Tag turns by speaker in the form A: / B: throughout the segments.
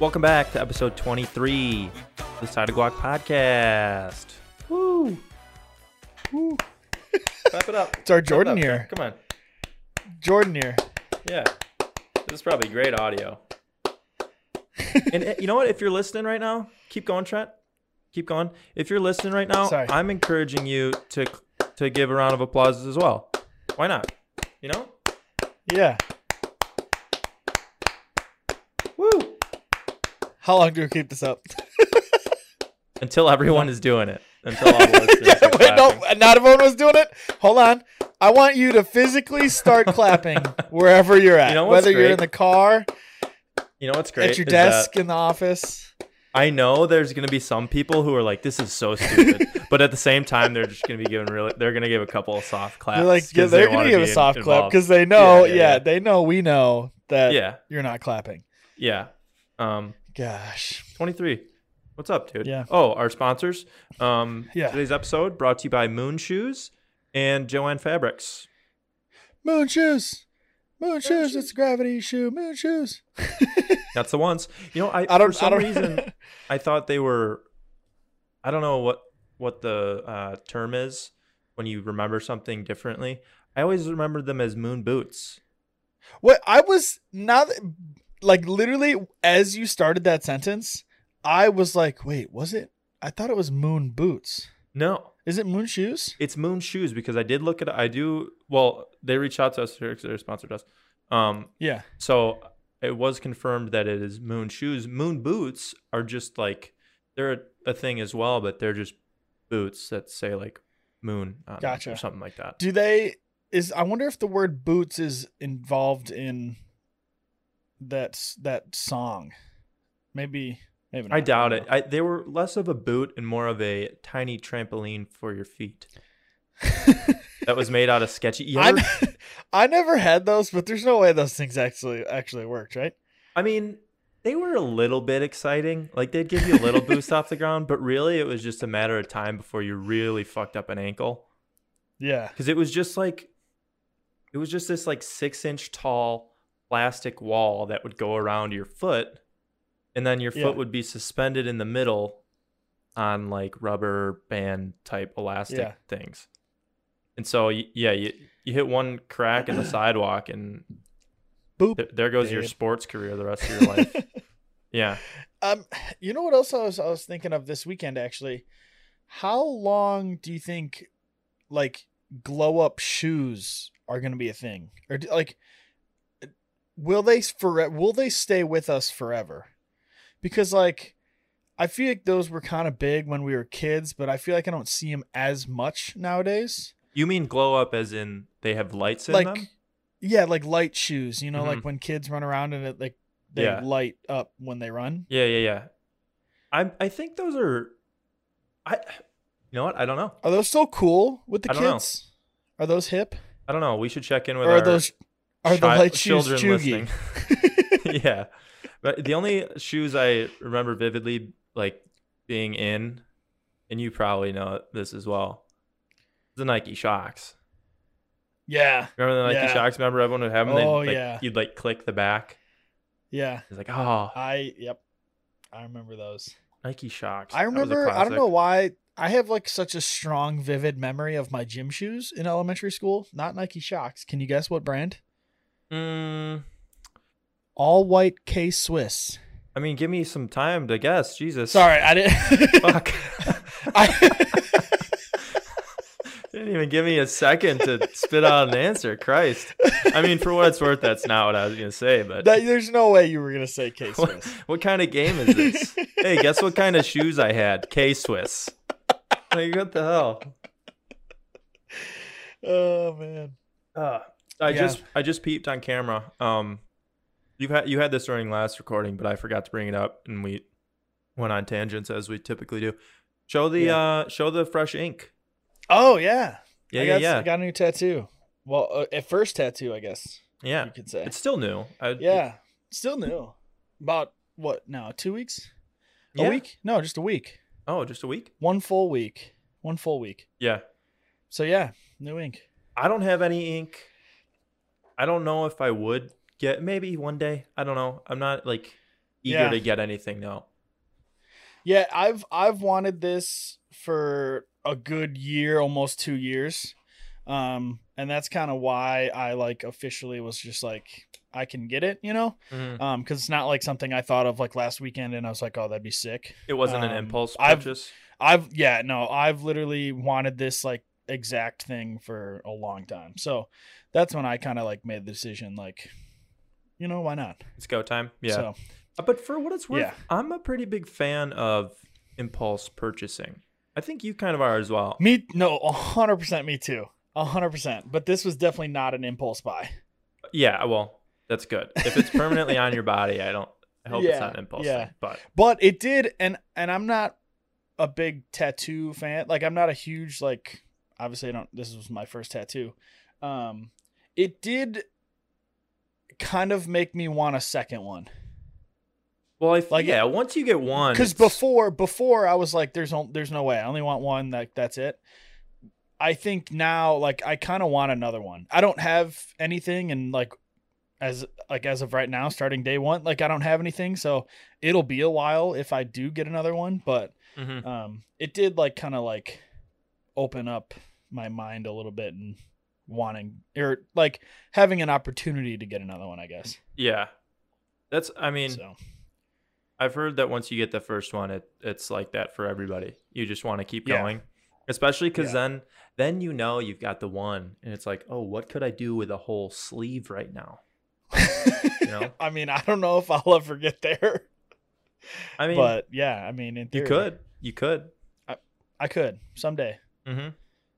A: Welcome back to episode 23 of the Side of Guac podcast. Woo! Woo! Clap it up.
B: It's our
A: Clap it
B: Jordan
A: up,
B: year.
A: Come on.
B: Jordan here.
A: Yeah. This is probably great audio. and uh, you know what? If you're listening right now, keep going, Trent. Keep going. If you're listening right now,
B: Sorry.
A: I'm encouraging you to to give a round of applause as well. Why not? You know?
B: Yeah.
A: Woo!
B: How long do we keep this up?
A: Until everyone is doing it. Until all the listeners
B: yeah,
A: are
B: wait, no,
A: clapping.
B: not everyone was doing it. Hold on. I want you to physically start clapping wherever you're at,
A: You know what's
B: whether you're in
A: great?
B: the car,
A: You know what's great?
B: at your
A: is that-
B: desk, in the office.
A: I know there's gonna be some people who are like, "This is so stupid," but at the same time, they're just gonna be giving really. They're gonna give a couple of soft claps.
B: You're like, yeah,
A: Uh, 'cause
B: they're
A: they
B: going
A: wanna
B: to give a
A: be
B: soft clap
A: involved.
B: because they know,
A: Yeah,
B: yeah,
A: yeah, yeah.
B: they know we know that
A: yeah,
B: you're not clapping.
A: yeah. Um,
B: Gosh.
A: twenty three. What's up, dude?
B: Yeah.
A: Oh, our sponsors. Um,
B: Yeah.
A: Today's episode brought to you by Moon Shoes and Joanne Fabrics.
B: Moon shoes. Moon shoes. It's a gravity shoe. Moon shoes.
A: That's the ones. You know, I,
B: I don't,
A: for some
B: I don't,
A: reason I thought they were. I don't know what what the uh, term is when you remember something differently. I always remember them as moon boots.
B: What I was now, that- like literally as you started that sentence, I was like, wait, was it? I thought it was moon boots.
A: No,
B: Is it moon shoes?
A: it's Moon Shoes because I did look at I do well. They reached out to us because they sponsored us. Um,
B: Yeah.
A: so it was confirmed that it is Moon Shoes. Moon Boots are just like they're a, a thing as well, but they're just boots that say like Moon on them or
B: Gotcha.
A: something like that.
B: Do they? Is I wonder if the word boots is involved in that s- that song. Maybe. Maybe. Not.
A: I doubt it.
B: don't
A: I, they were less of a boot and more of a tiny trampoline for your feet
B: know.
A: that was made out of sketchy. You
B: I
A: ever-
B: n- I never had those, but there's no way those things actually actually worked, right?
A: I mean, they were a little bit exciting. Like they'd give you a little boost off the ground, but really it was just a matter of time before you really fucked up an ankle.
B: Yeah.
A: Because it was just like it was just this like six inch tall plastic wall that would go around your foot, and then your foot
B: Yeah.
A: would be suspended in the middle on like rubber band type elastic
B: Yeah.
A: things. And so y- yeah, you you hit one crack in the sidewalk and
B: Boop.
A: th- there goes your
B: Dude.
A: sports career the rest of your life. Yeah.
B: Um, you know what else I was I was thinking of this weekend actually? How long do you think like glow up shoes are going to be a thing? Or do, like will they for will they stay with us forever? Because like I feel like those were kind of big when we were kids, but I feel like I don't see them as much nowadays.
A: You mean glow up as in they have lights in
B: like
A: them?
B: yeah, like light shoes, you know,
A: Mhm.
B: like when kids run around and it like they
A: Yeah.
B: light up when they run.
A: Yeah, yeah, yeah. I I think those are I you know what? I don't know.
B: Are those still cool with the
A: I don't know.
B: kids? Are those hip?
A: I don't know. We should check in with
B: Or
A: our
B: are those are the
A: chi-
B: light shoes
A: children
B: juggy?
A: listening. yeah. But the only shoes I remember vividly like being in and you probably know this as well. The Nike Shocks.
B: yeah,
A: Remember the Nike
B: Yeah.
A: Shocks? Remember everyone would have them? They'd,
B: Oh,
A: like,
B: yeah.
A: You'd like click the back.
B: yeah.
A: It's like, oh,
B: I yep. I remember those.
A: Nike Shocks.
B: I
A: That was a
B: remember. I don't
A: classic.
B: know why. I have like such a strong, vivid memory of my gym shoes in elementary school. Not Nike Shocks. Can you guess what brand?
A: Mm,
B: All white K Swiss.
A: I mean, give me some time to guess. Jesus.
B: Sorry, I didn't.
A: Fuck.
B: I,
A: Didn't even give me a second to spit out an answer. Christ. I mean, for what it's worth, that's not what I was gonna say. But
B: that, there's no way you were gonna say K
A: what,
B: Swiss.
A: what kind of game is this? hey, guess what kind of shoes I had? K Swiss. Like what the hell?
B: oh man.
A: Uh, I
B: Yeah.
A: just I just peeped on camera. Um, you had you had this during last recording, but I forgot to bring it up, and we went on tangents as we typically do. Show the
B: Yeah.
A: uh show the fresh ink.
B: Oh yeah.
A: Yeah,
B: I
A: yeah,
B: got,
A: yeah,
B: I got a new tattoo. Well, uh, at first tattoo, I guess
A: yeah.
B: you could say.
A: It's still new. I,
B: yeah, still new. About what now? Two weeks? A
A: yeah.
B: week? No, just a week.
A: Oh, just a week.
B: One full week. One full week.
A: Yeah.
B: So yeah, new ink.
A: I don't have any ink. I don't know if I would get maybe one day. I don't know. I'm not like eager
B: Yeah.
A: to get anything now.
B: Yeah, I've I've wanted this for a good year, almost two years, um, and that's kind of why I like officially was just like I can get it, you know,
A: Mhm.
B: um, because it's not like something I thought of like last weekend, and I was like, oh, that'd be sick.
A: It wasn't an
B: Um,
A: impulse
B: I've-
A: purchase.
B: I've yeah, no, I've literally wanted this like exact thing for a long time, so that's when I kind of like made the decision, like, you know, why not?
A: It's go time. Yeah.
B: So,
A: Uh, But for what it's worth,
B: Yeah.
A: I'm a pretty big fan of impulse purchasing. I think you kind of are as well.
B: me, no, hundred percent, me too. 100%. But this was definitely not an impulse buy.
A: Yeah, well, that's good. If it's permanently on your body, I don't. I hope it's
B: Yeah,
A: not an impulse.
B: yeah.
A: Thing, but
B: but it did and and i'm not a big tattoo fan like i'm not a huge like obviously i don't this was my first tattoo um it did kind of make me want a second one
A: well, I f-
B: Like-
A: yeah. Once you get one,
B: because
A: it's-
B: before before i was like there's no there's no way i only want one like that's it i think now like i kind of want another one i don't have anything and like as like as of right now starting day one like i don't have anything so it'll be a while if i do get another one but
A: Mhm.
B: um it did like kind of like open up my mind a little bit and wanting or like having an opportunity to get another one i guess
A: yeah, that's. I mean,
B: so
A: I've heard that once you get the first one, it it's like that for everybody. You just want to keep
B: Yeah.
A: going, especially because
B: Yeah.
A: then then you know you've got the one, and it's like, oh, what could I do with a whole sleeve right now? know?
B: i mean i don't know if i'll ever get there
A: I mean,
B: but yeah i mean in
A: you
B: theory,
A: could, you could.
B: i could someday
A: hmm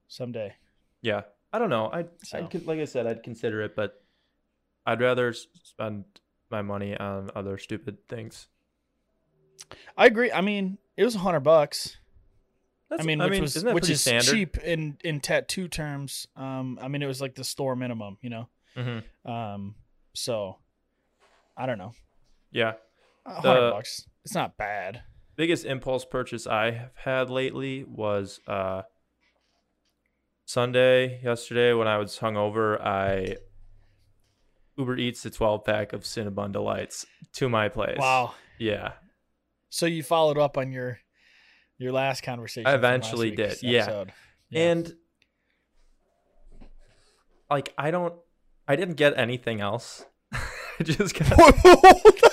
B: someday
A: Yeah, I don't know. I
B: So.
A: I'd, con- like I said, I'd consider it, but I'd rather s- spend my money on other stupid things.
B: i agree i mean it was a hundred bucks
A: That's,
B: i mean which was
A: isn't that
B: which
A: pretty
B: is cheap in in tattoo terms um i mean it was like the store minimum you know
A: Mhm.
B: um so i don't know
A: Yeah,
B: a hundred
A: The-
B: bucks it's not bad
A: biggest impulse purchase I have had lately was uh, Sunday yesterday when I was hungover. I Uber Eats a 12 pack of Cinnabon delights to my place.
B: Wow.
A: Yeah,
B: So you followed up on your your last conversation.
A: I
B: from last
A: eventually
B: week's
A: did, yeah.
B: episode. Yeah.
A: and like I don't, I didn't get anything else. I just got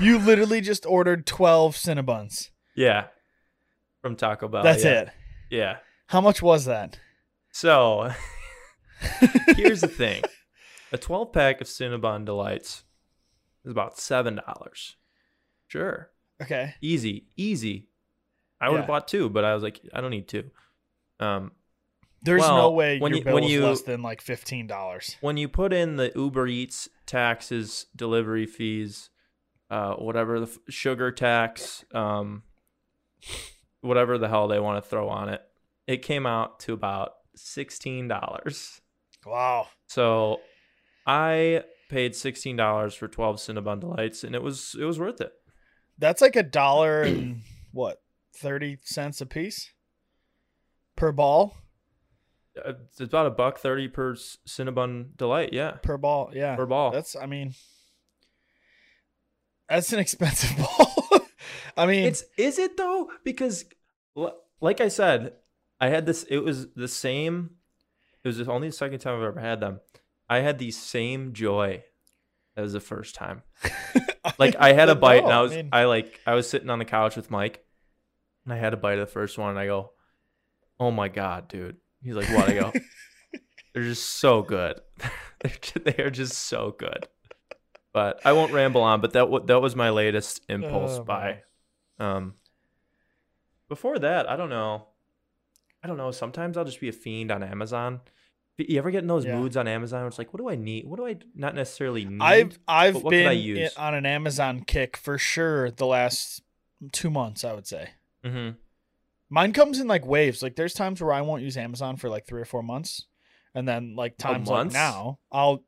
B: you literally just ordered twelve Cinnabuns.
A: Yeah. From Taco Bell.
B: That's
A: Oh, yeah.
B: it.
A: Yeah.
B: How much was that?
A: So here's the thing a 12 pack of Cinnabon Delights is about $7. Sure.
B: Okay.
A: Easy. Easy. I would have
B: Yeah.
A: bought two, but I was like, I don't need two. Um,
B: There's no
A: Well,
B: way
A: when
B: your
A: you-
B: bill
A: when
B: was
A: you-
B: less than like fifteen dollars.
A: when you put in the Uber Eats taxes, delivery fees, uh, whatever the f- sugar tax, um, whatever the hell they want to throw on it, it came out to about $16.
B: Wow.
A: So I paid sixteen dollars for twelve Cinnabon delights, and it was it was worth it.
B: That's like a dollar and what thirty cents a piece per ball
A: Uh, It's about a buck thirty per s- Cinnabon delight, yeah,
B: per ball. Yeah.
A: per ball.
B: That's I mean. That's an expensive ball. I mean,
A: it's is it though? Because l- like I said, I had this. It was the same. It was only the second time I've ever had them. I had the same joy as the first time. like I had a
B: No,
A: bite and I was I,
B: mean,
A: like I was sitting on the couch with Mike and I had a bite of the first one and I go, "Oh my god, dude." He's like, "What?" I go, "They're just so good. They're ju- they are just so good." But I won't ramble on, but that wa that was my latest impulse
B: Oh,
A: buy. Um before that, I don't know. I don't know. Sometimes I'll just be a fiend on Amazon. You ever get in those
B: Yeah.
A: moods on Amazon where it's like, what do I need? What do I not necessarily need?
B: I've I've
A: But what
B: been
A: could I
B: in-
A: use?
B: on an Amazon kick for sure the last two months. I would say
A: hmm
B: mine comes in like waves. Like there's times where I won't use Amazon for like three or four months, and then like times like
A: month?
B: now I'll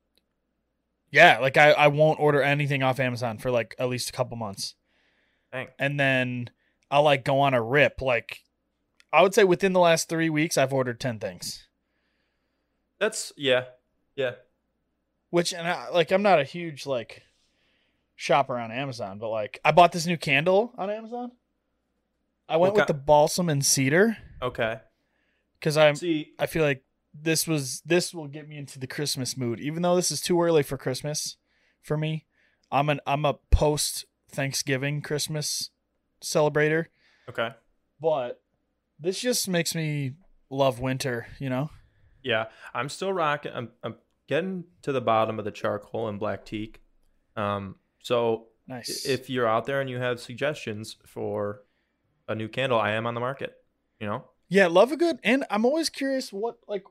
B: yeah like I I won't order anything off Amazon for like at least a couple months,
A: Dang.
B: and then I'll like go on a rip. Like I would say within the last three weeks I've ordered ten things.
A: That's yeah, yeah.
B: which and I, like I'm not a huge like shop around Amazon, but like I bought this new candle on Amazon. I went
A: What
B: with
A: ki-
B: the balsam and cedar
A: Okay.
B: because I'm
A: See,
B: I feel like this was this will get me into the Christmas mood. Even though this is too early for Christmas for me, I'm an I'm a post Thanksgiving Christmas celebrator,
A: okay.
B: but this just makes me love winter. You know,
A: Yeah, I'm still rocking. I'm, I'm getting to the bottom of the charcoal and black teak. Um, so i-
B: nice.
A: if you're out there and you have suggestions for a new candle, I am on the market. You know,
B: yeah, love a good, and I'm always curious what like.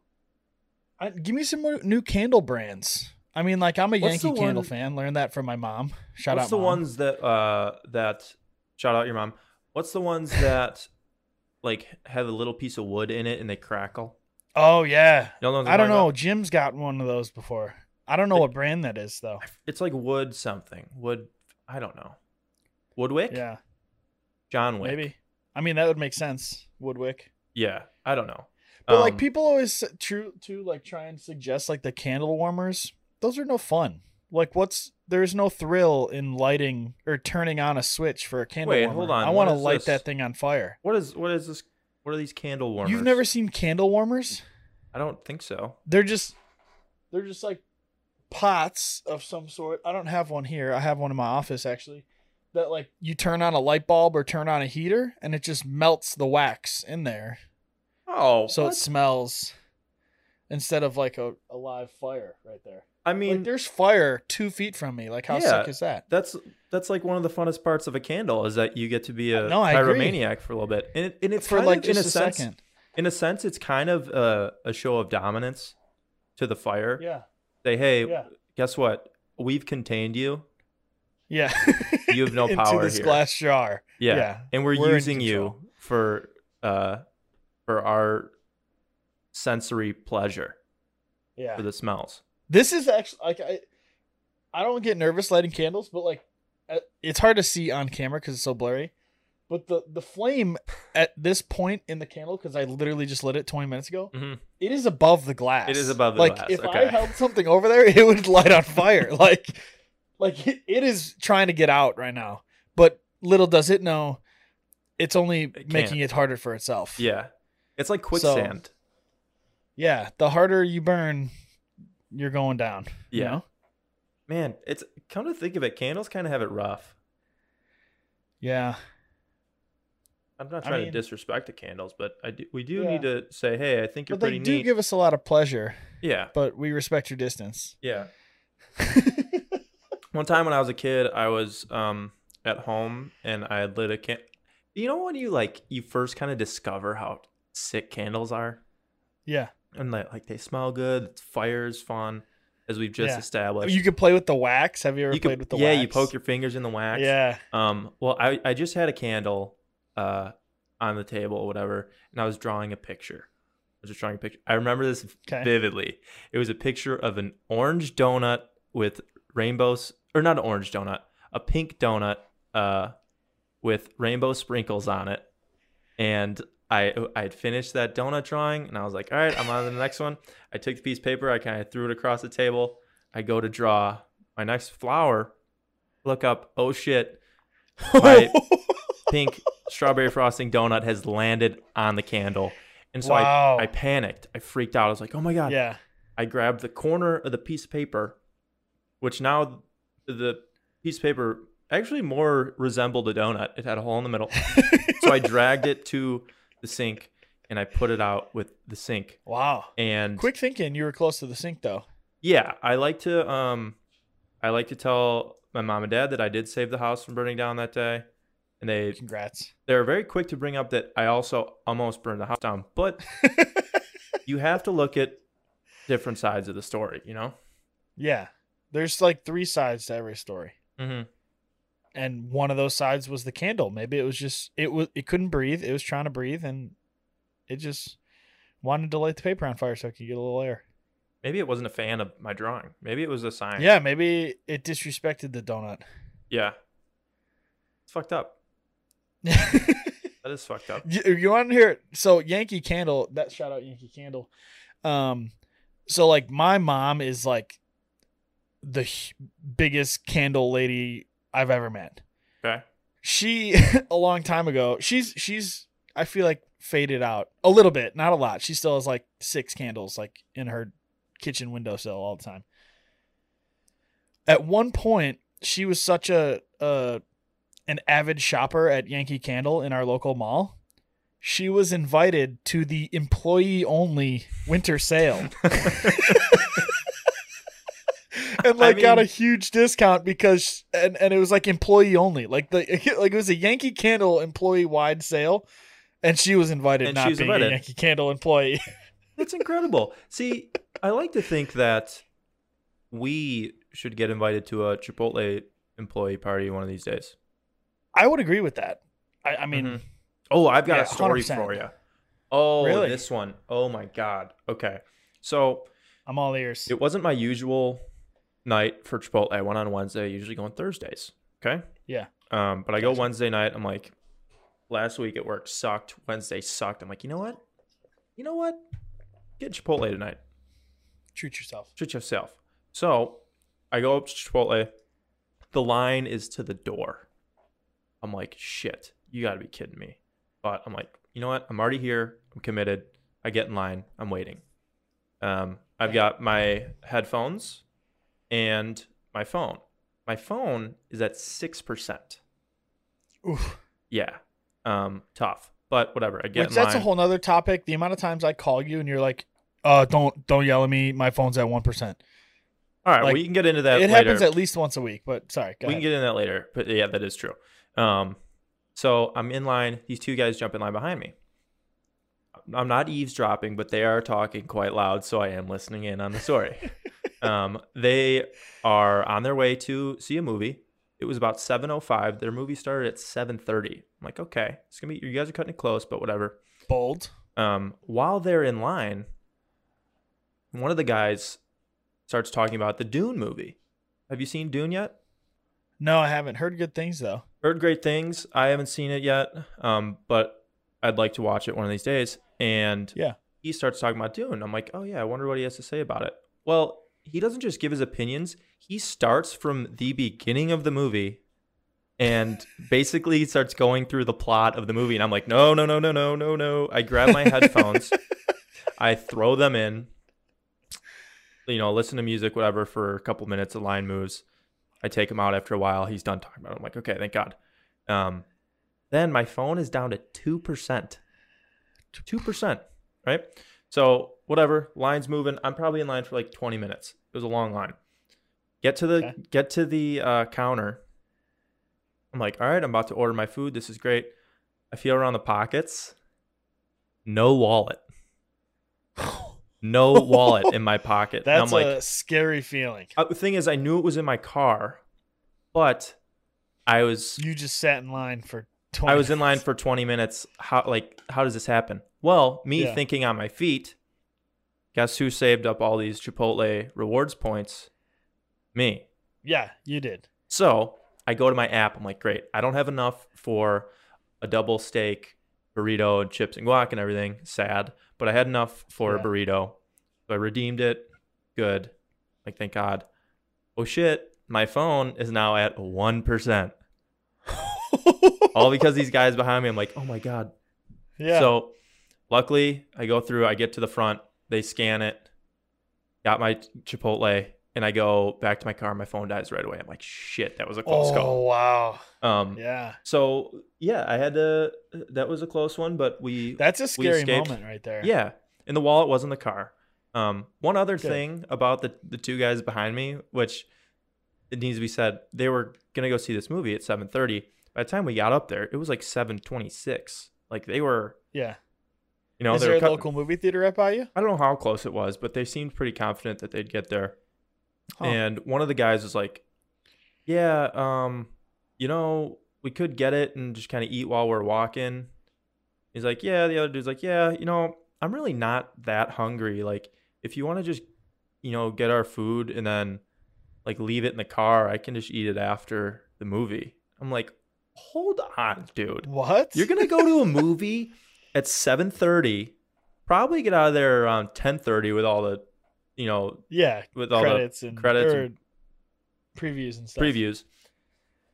B: I, give me some more new candle brands. I mean, like I'm a
A: What's the
B: Yankee candle
A: one-
B: fan. Learned that from my mom. Shout
A: what's
B: out,
A: the
B: mom.
A: ones that uh that shout out your mom? What's the ones that like have a little piece of wood in it and they crackle?
B: Oh yeah,
A: You know what I'm
B: I don't
A: talking
B: know.
A: about?
B: Jim's got one of those before. I don't know
A: It-
B: what brand that is though.
A: It's like wood something. Wood. I don't know. Woodwick.
B: Yeah,
A: John Wick.
B: maybe. I mean, that would make sense. Woodwick.
A: Yeah. I don't know.
B: But like
A: Um,
B: people always s- true to like try and suggest like the candle warmers. Those are no fun. Like what's there's no thrill in lighting or turning on a switch for a candle
A: Wait,
B: warmer.
A: hold on,
B: I want to
A: what is
B: light
A: this?
B: that thing on fire.
A: What is what is this? What are these candle warmers?
B: You've never seen candle warmers?
A: I don't think so.
B: They're just they're just like pots of some sort. I don't have one here. I have one in my office actually. That like you turn on a light bulb or turn on a heater and it just melts the wax in there.
A: Oh,
B: so
A: so
B: it smells instead of like a, a live fire right there.
A: I
B: I mean,
A: mean,
B: there's fire two feet from me. Like, how
A: Yeah.
B: sick is that?
A: that's that's like one of the funnest parts of a candle is that you get to be a
B: Uh, No, I agree.
A: pyromaniac for a little bit, and, it, and it's
B: For
A: kind
B: like
A: of, in
B: just
A: a
B: a
A: sense,
B: second.
A: in a sense, it's kind of a, a show of dominance to the fire.
B: Yeah.
A: Say, hey,
B: Yeah.
A: guess what? We've contained you.
B: Yeah.
A: You have no
B: Into
A: power
B: this
A: here.
B: glass jar.
A: Yeah,
B: Yeah,
A: and we're,
B: we're in
A: using you
B: control.
A: for uh for our sensory pleasure
B: Yeah.
A: for the smells.
B: This is actually like I, I don't get nervous lighting candles, but like, uh, it's hard to see on camera because it's so blurry. But the the flame at this point in the candle, because I literally just lit it 20 minutes ago,
A: Mhm.
B: it is above the glass.
A: It is above the
B: like,
A: glass,
B: If I
A: okay.
B: held something over there, it would light on fire. like, like it, it is trying to get out right now. But little does it know, it's only
A: can't.
B: making it harder for itself.
A: Yeah, it's like quicksand.
B: yeah. The harder you burn, you're going down.
A: yeah,
B: You know?
A: man, it's come to think of it, candles kind of have it rough.
B: Yeah.
A: I'm not
B: I
A: trying
B: mean-
A: to disrespect the candles, but I do, we do
B: Yeah.
A: need to say, hey, I think you're
B: but they
A: pretty
B: do
A: neat.
B: give us a lot of pleasure
A: yeah,
B: but we respect your distance
A: yeah. One time when I was a kid, I was um at home and I had lit a can. You know when you like you first kind of discover how sick candles are,
B: yeah
A: and like like they smell good. Fire is fun, as we've just
B: Yeah. Oh,
A: established.
B: you can play with the wax have you ever
A: You
B: played
A: could-
B: with the
A: yeah,
B: wax
A: you poke your fingers in the wax.
B: yeah
A: Um, well, I, I just had a candle uh, on the table or whatever, and I was drawing a picture. I was just drawing a picture. I remember this
B: okay
A: vividly. It was a picture of an orange donut with rainbows, or not an orange donut, a pink donut uh, with rainbow sprinkles on it. And I I had finished that donut drawing, and I was like, all right, I'm on to the next one. I took the piece of paper, I kind of threw it across the table. I go to draw my next flower. Look up. Oh shit! My pink strawberry frosting donut has landed on the candle, and so I
B: wow
A: I panicked. I freaked out. I was like, "Oh my god!"
B: yeah
A: I grabbed the corner of the piece of paper, which now the piece of paper actually more resembled a donut. It had a hole in the middle, so I dragged it to the sink and I put it out with the sink.
B: wow
A: And
B: quick thinking you were close to the sink though
A: yeah, I like to um, I like to tell my mom and dad that I did save the house from burning down that day, and they
B: congrats
A: they're very quick to bring up that I also almost burned the house down. But you have to look at different sides of the story, you know.
B: yeah there's like three sides to every story
A: Mm-hmm.
B: and one of those sides was the candle maybe it was just it was it couldn't breathe it was trying to breathe and it just wanted to light the paper on fire so it could get a little air
A: Maybe it wasn't a fan of my drawing. Maybe it was a sign.
B: yeah maybe it disrespected the donut
A: Yeah. It's fucked up. That is fucked up.
B: you, you want to hear it? So Yankee Candle, that shout out Yankee Candle. Um, so like my mom is like the h- biggest candle lady I've ever met.
A: Okay.
B: She a long time ago. She's she's I feel like faded out a little bit, not a lot. She still has like six candles like in her kitchen windowsill all the time. At one point, she was such a uh an avid shopper at Yankee Candle in our local mall. She was invited to the employee only winter sale. and like
A: I
B: got a
A: mean-
B: huge discount because and and it was like employee only. Like the like it was a Yankee Candle employee wide sale and she was invited
A: And
B: not
A: she was
B: being a
A: invited.
B: Yankee Candle employee.
A: That's incredible. See, I like to think that we should get invited to a Chipotle employee party one of these days.
B: I would agree with that. I, I mean,
A: Mhm. oh, I've got
B: yeah,
A: a story
B: 100%.
A: for you. Oh,
B: Really?
A: this one. Oh my god. Okay. So,
B: I'm all ears.
A: it wasn't my usual night for Chipotle. I went on Wednesday. I usually go on Thursdays. Okay.
B: Yeah.
A: Um, but I go
B: Gotcha.
A: Wednesday night. I'm like, last week at work sucked. Wednesday sucked. I'm like, you know what? You know what? Get Chipotle tonight.
B: Treat yourself.
A: Treat yourself. So I go up to Chipotle. The line is to the door. I'm like, shit, you gotta be kidding me. But I'm like, you know what? I'm already here. I'm committed. I get in line. I'm waiting. Um, I've got my headphones and my phone. My phone is at six percent.
B: Oof.
A: Yeah. Um, tough. But whatever. I get
B: Which
A: in
B: that's
A: line.
B: a whole nother topic. The amount of times I call you and you're like, uh, don't don't yell at me. My phone's at one percent.
A: All right,
B: like,
A: well you can get into
B: It
A: that later.
B: happens at least once a week, but sorry, go
A: we can
B: ahead.
A: get into that later, but yeah, that is true. Um, so I'm in line. These two guys jump in line behind me. I'm not eavesdropping, but they are talking quite loud, so I am listening in on the story. um, they are on their way to see a movie. It was about 7:05. Their movie started at 7:30. I'm like, okay, it's gonna be. You guys are cutting it close, but whatever
B: Bold.
A: um, while they're in line, one of the guys starts talking about the Dune movie. Have you seen Dune yet?
B: No, I haven't heard good things though.
A: Heard great things. I haven't seen it yet, um, but I'd like to watch it one of these days. And
B: Yeah.
A: he starts talking about Dune. I'm like, oh yeah, I wonder what he has to say about it. Well, he doesn't just give his opinions. He starts from the beginning of the movie, and basically starts going through the plot of the movie. And I'm like, no, no, no, no, no, no, no. I grab my headphones. I throw them in, you know, listen to music, whatever, for a couple minutes. The line moves. I take him out after a while. He's done talking about it. I'm like, okay, thank God. Um, then my phone is down to 2%. 2%, right? So, whatever, line's moving. I'm probably in line for like 20 minutes. It was a long line. Get to the
B: Okay.
A: get to the uh, counter. I'm like, all right, I'm about to order my food. This is great. I feel around the pockets. No wallet. No wallet in my pocket. And
B: That's
A: I'm like,
B: a scary feeling.
A: uh, the thing is, I knew it was in my car, but I was
B: You just sat in line for twenty
A: I was in line for 20 minutes. How like how does this happen? Well, me
B: Yeah.
A: thinking on my feet. Guess who saved up all these Chipotle rewards points? Me.
B: Yeah, you did.
A: So I go to my app. I'm like, great. I don't have enough for a double steak, burrito, and chips and guac and everything. Sad, but I had enough for
B: Yeah.
A: a burrito. So I redeemed it. Good. Like, thank God. Oh shit. My phone is now at 1%. All because these guys behind me, I'm like, oh my God.
B: yeah.
A: So luckily, I go through, I get to the front, they scan it, got my Chipotle, and I go back to my car. My phone dies right away. I'm like, shit, that was a close
B: oh
A: call.
B: wow.
A: Um,
B: Yeah.
A: so yeah, I had to. uh, That was a close one, but we.
B: That's a scary
A: escaped.
B: moment right there.
A: yeah, and the wallet was in the car. Um, one other
B: Good.
A: thing about the the two guys behind me, which it needs to be said, they were gonna go see this movie at seven thirty. By the time we got up there, it was like seven twenty six. Like they were,
B: Yeah.
A: you know,
B: Is
A: they
B: there
A: were
B: a
A: cutting-
B: local movie theater right by you?
A: I don't know how close it was, but they seemed pretty confident that they'd get there.
B: Huh.
A: And one of the guys was like, "Yeah, um, you know, we could get it and just kind of eat while we're walking." He's like, "Yeah." The other dude's like, "Yeah, you know, I'm really not that hungry. Like, if you want to just, you know, get our food and then like leave it in the car, I can just eat it after the movie." I'm like, "Hold on, dude.
B: What?
A: You're gonna go to a movie at 7:30, probably get out of there around 10:30 with all the, you know,
B: yeah
A: with all the
B: credits and
A: credits
B: or
A: and-
B: previews and stuff.
A: previews.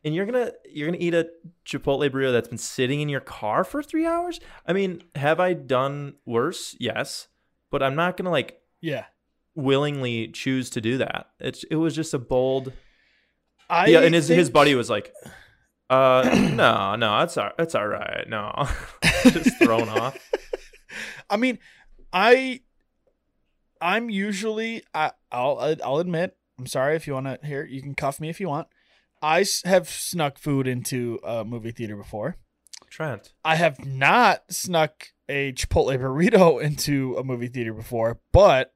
A: and you're gonna you're gonna eat a chipotle burrito that's been sitting in your car for three hours i mean have i done worse yes but i'm not gonna like
B: Yeah.
A: willingly choose to do that it's it was just a bold
B: I
A: yeah and his, his
B: think-
A: buddy was like uh no no that's all that's all right no just thrown off
B: I mean, I I'm usually I I'll I'll admit I'm sorry if you want to hear you can cuff me if you want. I s- have snuck food into a movie theater before.
A: trent
B: I have not snuck a Chipotle burrito into a movie theater before, but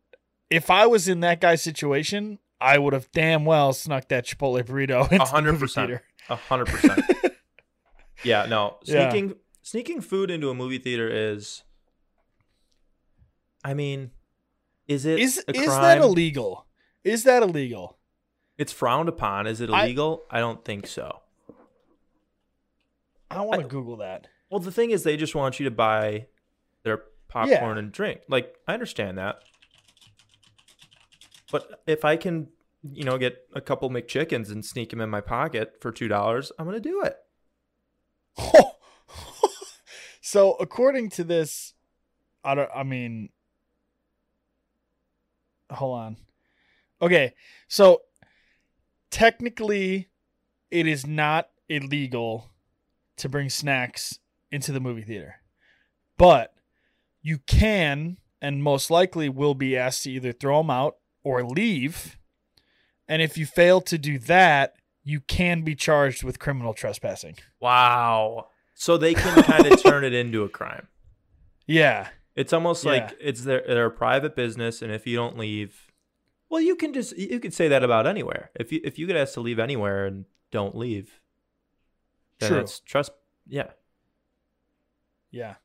B: if I was in that guy's situation, I would have damn well snuck that Chipotle burrito into the movie
A: 100%.
B: theater.
A: A hundred percent. Yeah, no.
B: Yeah.
A: Sneaking sneaking food into a movie theater is I mean, is it
B: Is
A: a
B: is
A: crime?
B: that illegal? Is that illegal?
A: it's frowned upon. Is it
B: I-
A: illegal? I, don't think so.
B: I want
A: I-
B: to Google that.
A: Well, the thing is they just want you to buy their popcorn and drink. Like, I understand that. But if I can, you know, get a couple McChickens and sneak them in my pocket for two dollars, I'm gonna do it.
B: so according to this, I don't. I mean, hold on. Okay, so technically, it is not illegal to bring snacks into the movie theater, but you can and most likely will be asked to either throw them out or leave. And if you fail to do that, you can be charged with criminal trespassing.
A: Wow. So they can kind of turn it into a crime.
B: Yeah.
A: It's almost
B: Yeah.
A: like it's their their private business, and if you don't leave, well, you can just you could say that about anywhere. If you if you get asked to leave anywhere and don't leave, then
B: True.
A: it's trust. Yeah,
B: Yeah.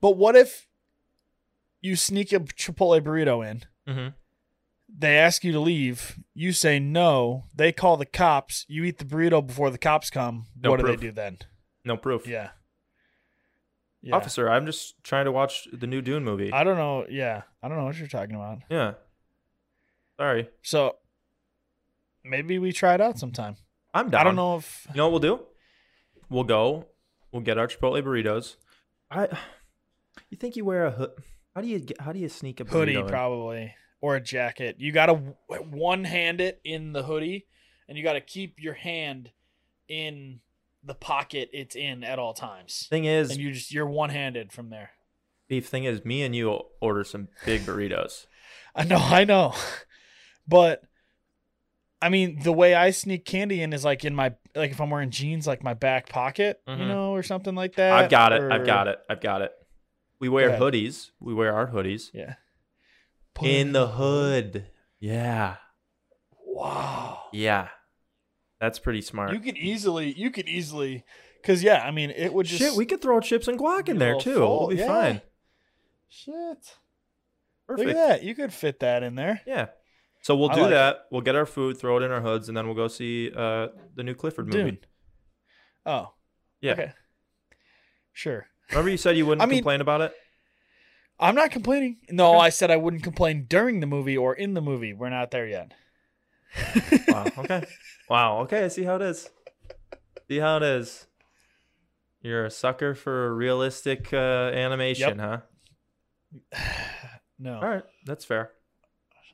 B: But what if you sneak a Chipotle burrito in?
A: mm-hmm.
B: They ask you to leave. You say no. They call the cops. You eat the burrito before the cops come.
A: No
B: what
A: proof.
B: do they do then?
A: no proof.
B: Yeah. Yeah.
A: Officer, I'm just trying to watch the new Dune movie.
B: I don't know. Yeah. I don't know what you're talking about.
A: yeah, sorry,
B: So maybe we try it out sometime.
A: I'm down.
B: I don't know if.
A: You know what we'll do? We'll go. We'll get our Chipotle burritos. I. You think you wear a hood? How do you get? How do you sneak a burrito
B: hoodie
A: in?
B: probably or a jacket. You got to one hand it in the hoodie and you got to keep your hand in the pocket it's in at all times.
A: Thing is,
B: And you just you're one-handed from there.
A: beef. Thing is, me and you order some big burritos.
B: I know, I know. But I mean, the way I sneak candy in is like in my like if I'm wearing jeans like my back pocket,
A: Mhm.
B: you know, or something like that.
A: I've got it.
B: or-
A: I've got it. I've got it. We wear
B: ahead.
A: hoodies. We wear our hoodies
B: Yeah. Put it
A: in the hood. Yeah.
B: Wow.
A: Yeah. That's pretty smart.
B: You could easily you could easily cuz yeah, I mean, it would just
A: Shit, we could throw chips and guac
B: Be
A: in
B: a
A: there
B: little
A: too.
B: full,
A: We'll be
B: yeah.
A: fine.
B: Shit.
A: Perfect.
B: Look at that. You could fit that in there.
A: Yeah. So we'll
B: I
A: do
B: like it.
A: that. We'll get our food, throw it in our hoods, and then we'll go see uh, the new Clifford movie.
B: Dune. Oh.
A: Yeah.
B: Okay. Sure.
A: Remember you said you wouldn't
B: I mean-
A: complain about it?
B: I'm not complaining. No,
A: Okay.
B: I said I wouldn't complain during the movie or in the movie. We're not there yet.
A: Wow. Okay. wow. Okay. I see how it is. See how it is. You're a sucker for realistic uh, animation, huh?
B: no.
A: All right, that's fair.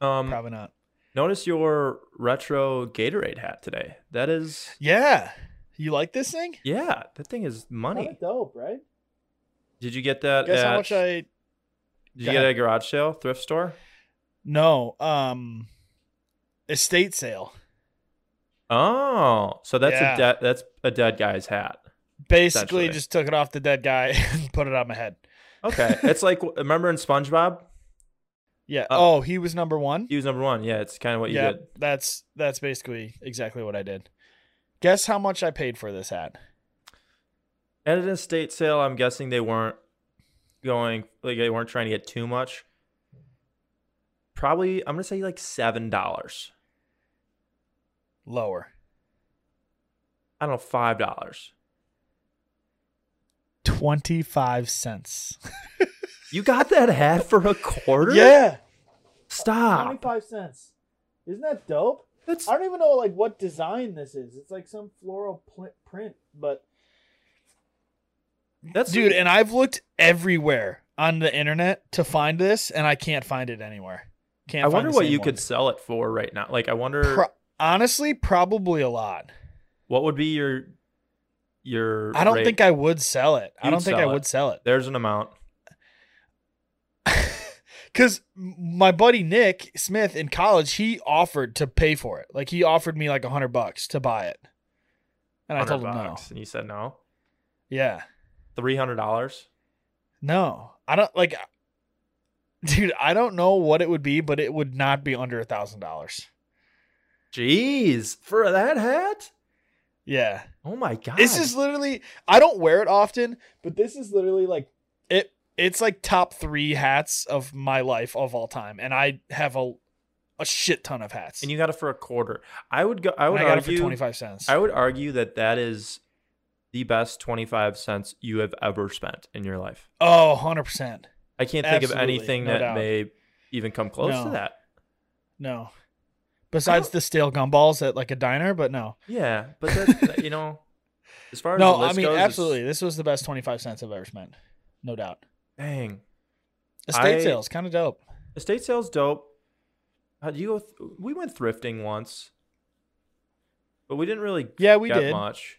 A: Um,
B: Probably not.
A: notice your retro Gatorade hat today. That is,
B: Yeah. You like this thing?
A: yeah, that thing is money.
B: Kinda dope, right?
A: Did you get that?
B: Guess
A: at,
B: how much I
A: Did you
B: go
A: get it
B: ahead.
A: at a garage sale, thrift store?
B: No, um estate sale.
A: Oh, so that's a
B: Yeah.
A: dead that's a dead guy's hat.
B: Basically
A: Essentially.
B: just took it off the dead guy and put it on my head.
A: Okay, it's like remember in SpongeBob,
B: Yeah.
A: Uh,
B: oh, he was number 1.
A: he was number one. Yeah, it's kind of what you
B: yeah,
A: did.
B: that's that's basically exactly what I did. Guess how much I paid for this hat?
A: At an estate sale, I'm guessing they weren't going like they weren't trying to get too much. Probably, I'm gonna say like seven dollars.
B: Lower.
A: I don't know, five dollars.
B: 25 cents.
A: You got that hat for a quarter?
B: Yeah.
A: Stop.
B: cents. Isn't that dope?
A: That's
B: I don't even know like what design this is. It's like some floral pl- print, but
A: that's
B: dude, and I've looked everywhere on the internet to find this, and I can't find it anywhere. Can't.
A: I
B: find
A: wonder
B: the
A: what
B: same
A: you
B: one.
A: could sell it for right now. Like I wonder
B: Pro- honestly probably a lot.
A: what would be your your
B: I don't
A: rate?
B: think I would sell it. I
A: You'd
B: don't think I
A: sell it.
B: would sell it.
A: there's an amount.
B: Cause my buddy Nick Smith in college, he offered to pay for it. Like he offered me like a hundred bucks to buy it, and I
A: 100
B: told him no.
A: bucks, And you said no.
B: Yeah,
A: Three hundred dollars.
B: no, I don't like, dude. I don't know what it would be, but it would not be under a thousand dollars.
A: Jeez, for that hat?
B: Yeah,
A: Oh my god.
B: this is literally. I don't wear it often, but this is literally like it. It's like top three hats of my life of all time, and I have a a shit ton of hats.
A: and you got it for a quarter. I would go. I
B: And
A: would
B: I got it for
A: argue.
B: twenty five cents.
A: I would argue that that is the best twenty five cents you have ever spent in your life.
B: Oh, 100 percent.
A: I can't think of
B: Absolutely,
A: anything
B: no
A: that
B: doubt.
A: may even come close
B: No.
A: to that.
B: No. Besides the stale gumballs at like a diner, but no.
A: Yeah, but that's, that- you know, as far as
B: No,
A: the
B: I
A: list
B: mean
A: goes, it's-
B: absolutely. This was the best 25 cents I've ever spent. No doubt.
A: Dang,
B: Estate
A: I-
B: sales, kind of dope.
A: estate sales dope. How do you go? Th- we went thrifting once, but we didn't really
B: Yeah, we
A: get
B: did.
A: much.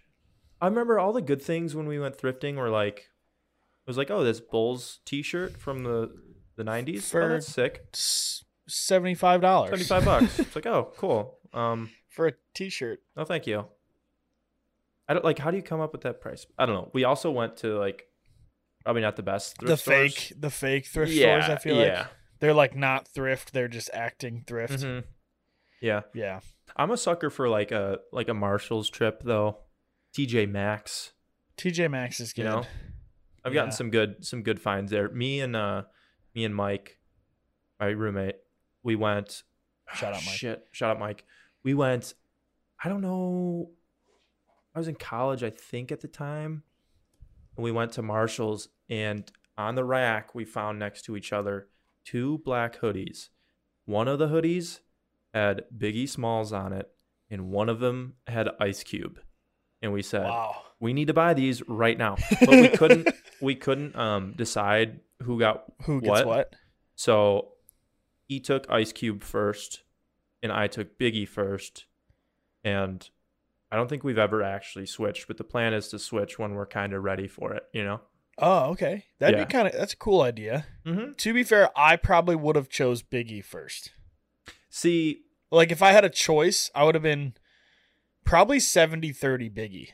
A: I remember all the good things when we went thrifting were like, it was like, oh, this Bulls T-shirt from the the nineties.
B: For
A: Oh, that's sick.
B: S- $75.
A: Seventy five bucks. it's like, oh, cool. Um,
B: for a t-shirt.
A: no, thank you. I don't like. How do you come up with that price? I don't know. We also went to like, probably not the best thrift
B: the
A: stores.
B: fake the fake thrift
A: yeah,
B: stores, I feel
A: yeah.
B: like. They're like not thrift, they're just acting thrift.
A: Mhm. Yeah,
B: Yeah.
A: I'm a sucker for like a like a Marshalls trip though. TJ Maxx,
B: TJ Maxx is good.
A: you know. I've
B: Yeah.
A: gotten some good some good finds there. Me and uh me and Mike, my roommate, we went
B: Shout out, Mike.
A: Shit, shout out Mike. We went I don't know I was in college I think at the time. And we went to Marshalls and on the rack we found next to each other two black hoodies. One of the hoodies had Biggie Smalls on it, and one of them had Ice Cube. And we said,
B: Wow.
A: "We need to buy these right now," but we couldn't. we couldn't um, decide who got.
B: Who gets
A: What?
B: what?
A: So he took Ice Cube first, and I took Biggie first, and I don't think we've ever actually switched. But the plan is to switch when we're kind of ready for it. You know.
B: Oh, okay. That'd
A: Yeah.
B: be kind of that's a cool idea.
A: Mm-hmm.
B: To be fair, I probably would have chose Biggie first.
A: See,
B: Like if I had a choice, I would have been probably 70-30 Biggie.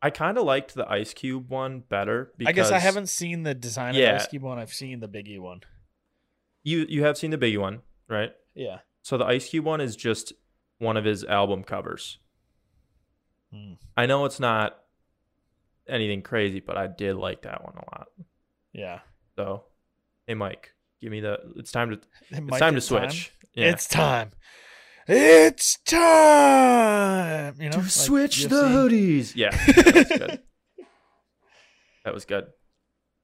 A: I kind of liked the Ice Cube one better because
B: I guess I haven't seen the design
A: Yeah.
B: of the Ice Cube one. I've seen the Biggie one.
A: You you have seen the Biggie one, right?
B: Yeah.
A: So the Ice Cube one is just one of his album covers.
B: Hmm.
A: I know it's not anything crazy, but I did like that one a lot.
B: Yeah.
A: So, hey Mike, give me the. It's time to.
B: It
A: It's
B: might
A: time
B: be
A: to switch. Yeah.
B: It's time. It's time. You know,
A: to
B: like
A: switch the
B: UFC.
A: hoodies. Yeah, that was good. that was good.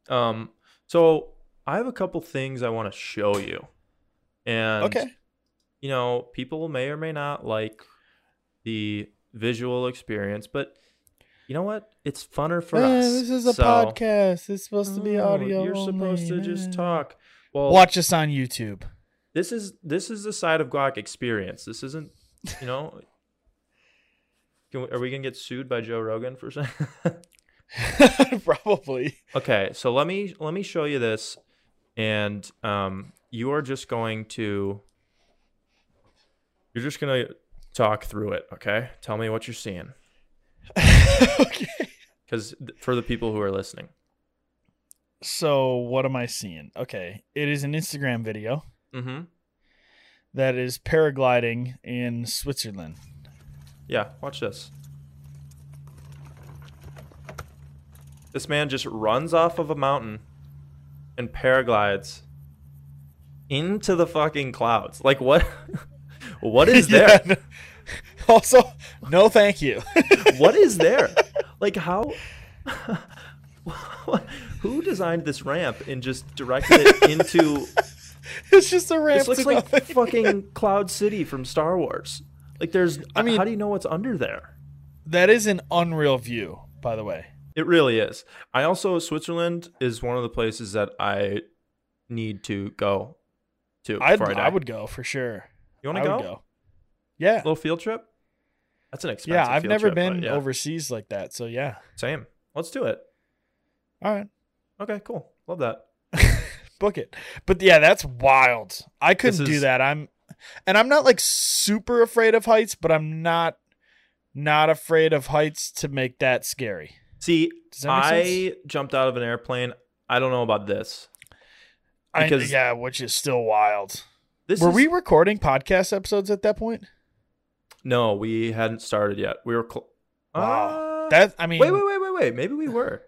A: Um, so I have a couple things I want to show you, and
B: Okay.
A: you know, people may or may not like the visual experience, but you know what? It's funner for
B: Eh,
A: us.
B: This is a
A: So-
B: podcast. It's supposed to be
A: Oh,
B: audio.
A: You're supposed to
B: only.
A: just
B: Eh.
A: talk. Well,
B: Watch us on YouTube.
A: this is this is the side of Glock experience. This isn't, you know. Can we, are we gonna get sued by Joe Rogan for saying?
B: probably.
A: okay, so let me let me show you this, and um, you are just going to. You're just gonna talk through it, okay? Tell me what you're seeing,
B: okay.
A: because for the people who are listening,
B: So what am I seeing? Okay, it is an Instagram video.
A: mm-hmm.
B: that is paragliding in Switzerland.
A: Yeah, watch this. This man just runs off of a mountain and paraglides into the fucking clouds. Like what? what is there?
B: Yeah. also, no thank you.
A: What is there? Like how? Who designed this ramp and just directed it into
B: it's just a ramp.
A: This looks
B: to
A: like
B: nothing.
A: fucking Cloud City from Star Wars. Like there's
B: I mean-
A: how do you know what's under there?
B: that is an unreal view, by the way.
A: It really is. I also Switzerland is one of the places that I need to go to.
B: I'd,
A: before I, die.
B: I would go for sure.
A: You want to
B: I
A: go?
B: would go. Yeah.
A: Little field trip. That's an expensive.
B: Yeah, I've
A: field
B: never
A: trip, but
B: been
A: yeah.
B: overseas like that. So yeah.
A: Same. Let's do it.
B: All right.
A: Okay, cool. Love that.
B: Book it. But yeah, that's wild. I couldn't
A: This
B: do
A: is-
B: that. I'm and I'm not like super afraid of heights, but I'm not not afraid of heights to make that scary.
A: See,
B: Does that make sense?
A: I jumped out of an airplane. I don't know about this.
B: I-
A: because-
B: yeah, which is still wild.
A: This
B: Were
A: is,
B: we recording podcast episodes at that point?
A: No, we hadn't started yet. We were. Cl-
B: Wow.
A: Uh,
B: That I mean,
A: wait, wait, wait, wait, wait. Maybe we were.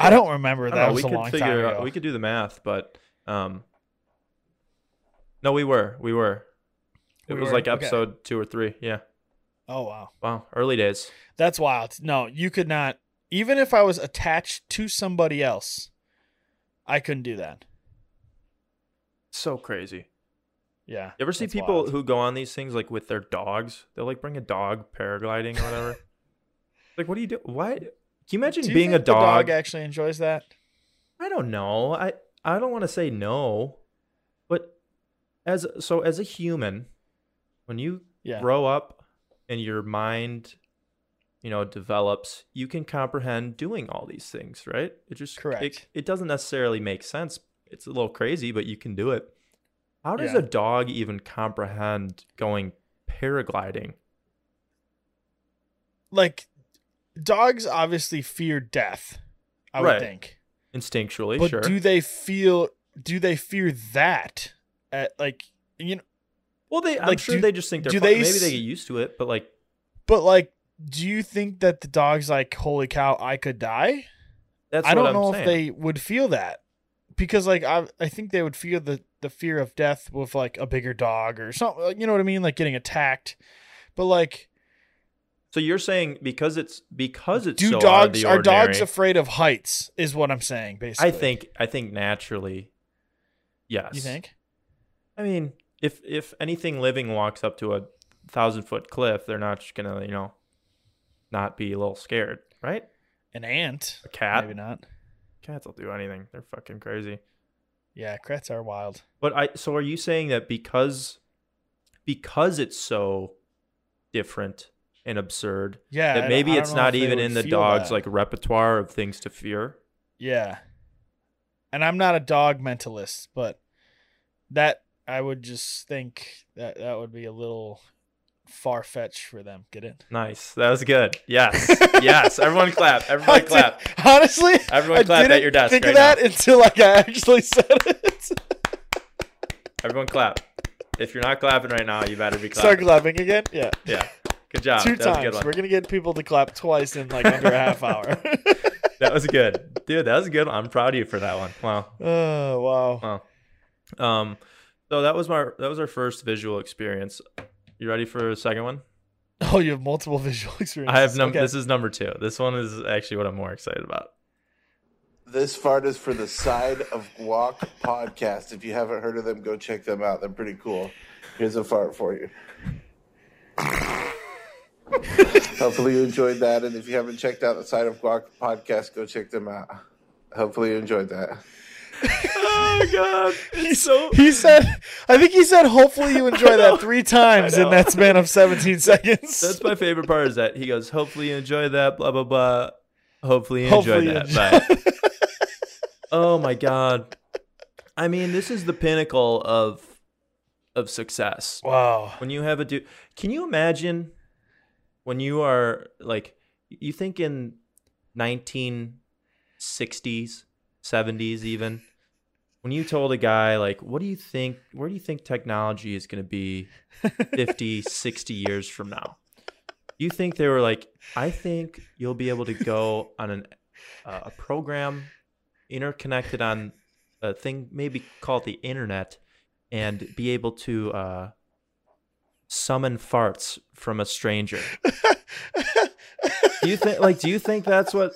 B: I don't remember.
A: I
B: That
A: don't know.
B: was
A: we
B: a
A: could
B: long
A: figure.
B: time
A: out-
B: ago.
A: we could do the math, but um. No, we were. We were. It
B: We
A: was
B: were,
A: like
B: okay.
A: episode two or three. Yeah.
B: Oh wow,
A: Wow. Early days.
B: that's wild. No, you could not. Even if I was attached to somebody else, I couldn't do that.
A: So crazy.
B: Yeah.
A: You ever see
B: that's
A: people
B: wild.
A: who go on these things like with their dogs? They'll like bring a dog paragliding or whatever. like, what do you do? Why? Can you imagine
B: Do you
A: being a
B: think the
A: dog?
B: actually enjoys that?
A: I don't know. I I don't want to say no, but as so as a human, when you
B: Yeah.
A: grow up and your mind, you know, develops, you can comprehend doing all these things, right? It just It,
B: Correct.
A: it doesn't necessarily make sense. It's a little crazy, but you can do it. How does
B: Yeah.
A: a dog even comprehend going paragliding?
B: Like dogs obviously fear death, I
A: Right.
B: would think.
A: Instinctually,
B: But
A: sure.
B: do they feel do they fear that at like you know
A: well, they I'm
B: like,
A: sure
B: do-
A: they just think they're
B: do
A: fun.
B: they
A: maybe
B: s-
A: they get used to it, but like
B: but like do you think that the dog's like holy cow I could die?
A: that's
B: I
A: what
B: don't
A: I'm
B: know
A: saying.
B: if they would feel that. Because like I I think they would feel the the fear of death with like a bigger dog or something you know what I mean like getting attacked. But like
A: So you're saying because it's because it's
B: do
A: so out of
B: dogs
A: the
B: are dogs
A: ordinary,
B: afraid of heights is what I'm saying basically.
A: I think I think naturally, yes.
B: You think?
A: I mean, if if anything living walks up to a thousand foot cliff, they're not just gonna you know, not be a little scared, right?
B: An ant?
A: A cat,
B: Maybe not.
A: cats will do anything. They're fucking crazy.
B: Yeah, crats are wild.
A: But I so are you saying that because because it's so different and absurd
B: Yeah.
A: that
B: I-
A: maybe
B: I
A: it's
B: don't know
A: not
B: if they
A: even
B: would
A: in the
B: feel
A: dog's
B: that.
A: like repertoire of things to fear?
B: Yeah. And I'm not a dog mentalist, but that I would just think that that would be a little far fetched for them. Get it?
A: Nice. That was good. Yes. yes. Everyone clap. Everyone
B: I
A: clap.
B: did- honestly,
A: Everyone
B: I
A: clap at
B: didn't
A: your desk
B: Think
A: right
B: of that until like I actually said it.
A: Everyone clap. If you're not clapping right now, you better be
B: Start
A: clapping.
B: clapping again. Yeah,
A: Yeah. Good job.
B: two
A: that was a good
B: times.
A: one.
B: We're gonna get people to clap twice in like under a half hour.
A: That was good. Dude, that was good. I'm proud of you for that one. Wow.
B: oh wow.
A: Um so that was my that was our first visual experience. You ready for the second one?
B: Oh, you have multiple visual experiences.
A: I have num
B: Okay.
A: this is number 2. This one is actually what I'm more excited about.
C: This fart is for the Side of Guac podcast. If you haven't heard of them, go check them out. They're pretty cool. Here's a fart for you. Hopefully you enjoyed that. And if you haven't checked out the Side of Guac podcast, go check them out. Hopefully you enjoyed that.
A: Oh god. It's so
B: He said, I think he said, hopefully you enjoy
A: know.
B: that three times
A: I know.
B: in that span of 17 seconds.
A: That's my favorite part is that he goes, "Hopefully you enjoy that." Blah blah blah. Hopefully you
B: Hopefully you
A: enjoy that.
B: enjoy-
A: Bye. oh my god. I mean, this is the pinnacle of of success.
B: wow.
A: When you have a dude, can you imagine when you are like you think in 1960s, 70s even when you told a guy like what do you think where do you think technology is going to be 50, 60 years from now? You think they were like, I think you'll be able to go on an uh, a program interconnected on a thing maybe called the internet and be able to uh, summon farts from a stranger. do you think like do you think that's what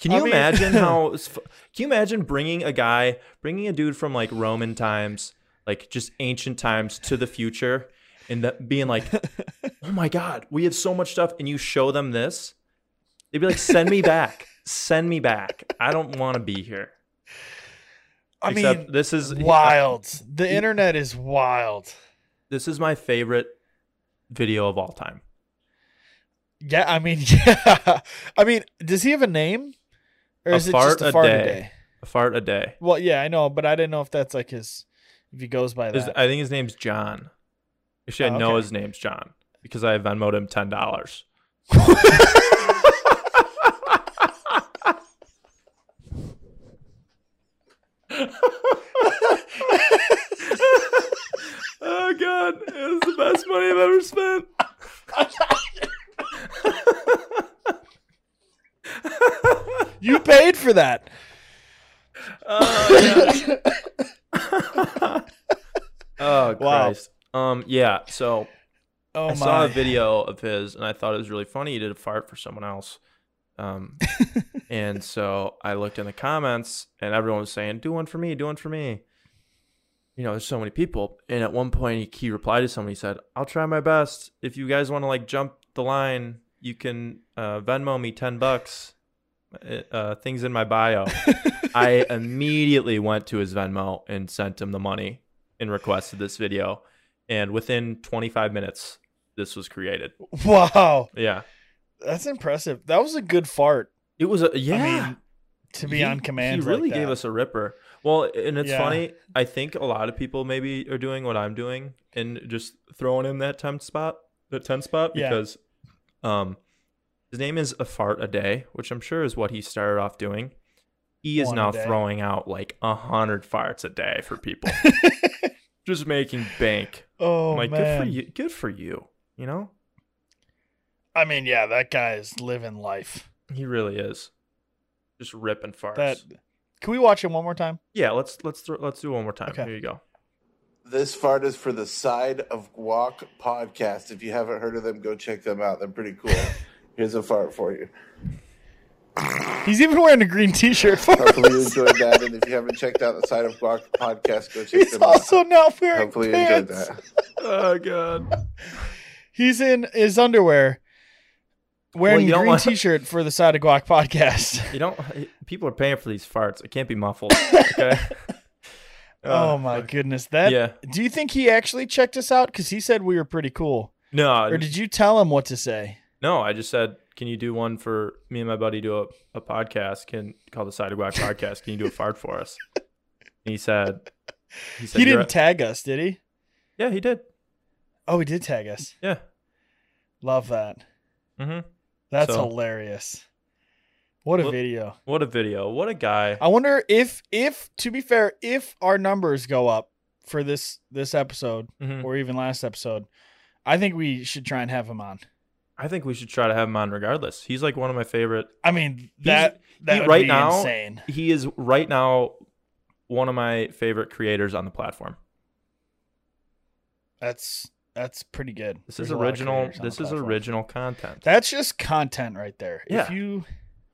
A: Can
B: I
A: you
B: mean-
A: imagine how? s- f- Can you imagine bringing a guy, bringing a dude from like Roman times, like just ancient times to the future, and that being like, "Oh my God, we have so much stuff," and you show them this, they'd be like, "Send me back, send me back. I don't want to be here."
B: I
A: Except
B: mean,
A: this is
B: wild. The internet is wild.
A: This is my favorite video of all time.
B: Yeah, I mean, yeah. I mean, does he have a name? Or
A: A
B: is it
A: fart
B: just a
A: a
B: fart a
A: day.
B: day?
A: A fart a day.
B: Well, yeah, I know, but I didn't know if that's like his, if he goes by
A: His-
B: that.
A: I think his name's John. Actually, I
B: Oh,
A: know
B: okay.
A: his name's John because I Venmoed him ten dollars. oh god, it was the best money I've ever spent.
B: you paid for that.
A: Oh, yeah. oh
B: Wow.
A: Christ. Um, yeah. So
B: Oh
A: I
B: my.
A: saw a video of his and I thought it was really funny. He did a fart for someone else. Um, and so I looked in the comments and everyone was saying, do one for me, do one for me. You know, there's so many people. And at one point he, he replied to somebody, he said, I'll try my best. If you guys want to like jump the line, you can uh, Venmo me 10 bucks. Uh, Uh, things in my bio. I immediately went to his Venmo and sent him the money and requested this video. And within 25 minutes, this was created.
B: Wow,
A: Yeah.
B: that's impressive. That was a good fart
A: It was a, yeah.
B: mean, to be
A: He-
B: on
A: He
B: command. like
A: really gave
B: that.
A: us a ripper. Well, and it's
B: Yeah.
A: funny. I think a lot of people maybe are doing what I'm doing and just throwing in that 10 spot, the 10 spot,
B: Yeah.
A: because um, his name is a fart a day, which I'm sure is what he started off doing. He is
B: One a
A: now
B: day.
A: throwing out like a hundred farts a day for people, just making bank.
B: Oh
A: I'm like,
B: man.
A: good for you. Good for you. You know,
B: I mean, yeah, that guy is living life.
A: he really is. Just ripping farts.
B: That. Can we watch it one more time?
A: yeah, let's let's throw, let's do one more time.
B: Okay.
A: Here you go.
C: This fart is for the Side of Guac podcast. If you haven't heard of them, go check them out. They're pretty cool. Here's a fart for you.
B: He's even wearing a green T-shirt. For
C: Hopefully you
B: us.
C: enjoyed that. And if you haven't checked out the Side of Guac podcast, go check
B: He's
C: them
B: also
C: out.
B: not wearing
C: Hopefully you enjoyed
B: pants.
C: that.
A: Oh god.
B: He's in his underwear,
A: Well,
B: wearing
A: you
B: a
A: don't
B: green
A: want-
B: T-shirt for the Side of Guac podcast.
A: You don't. People are paying for these farts. It can't be muffled. Okay.
B: oh
A: Uh,
B: my
A: fuck.
B: goodness, that.
A: Yeah.
B: Do you think he actually checked us out? Because he said we were pretty cool.
A: No.
B: Or did you tell him what to say?
A: no. I just said, can you do one for me and my buddy? Do a, a podcast. Can called the Sidewalk Podcast. Can you do a fart for us? And he said. He said.
B: He
A: "You're
B: didn't tag us, did he?
A: a- yeah, he did.
B: Oh, he did tag us.
A: Yeah.
B: Love that.
A: hmm
B: That's
A: So-
B: hilarious. What a
A: Well-
B: video.
A: What a video. What a guy.
B: I wonder if if to be fair, if our numbers go up for this this episode
A: Mhm.
B: or even last episode, I think we should try and have him on.
A: I think we should try to have him on regardless. He's like one of my favorite.
B: I mean that that would
A: right
B: be
A: now-
B: insane.
A: He is right now one of my favorite creators on the platform.
B: That's that's pretty good.
A: This
B: There's
A: is
B: a lot of
A: original.
B: creators on the
A: This is
B: platform.
A: original content.
B: That's just content right there. If
A: Yeah.
B: you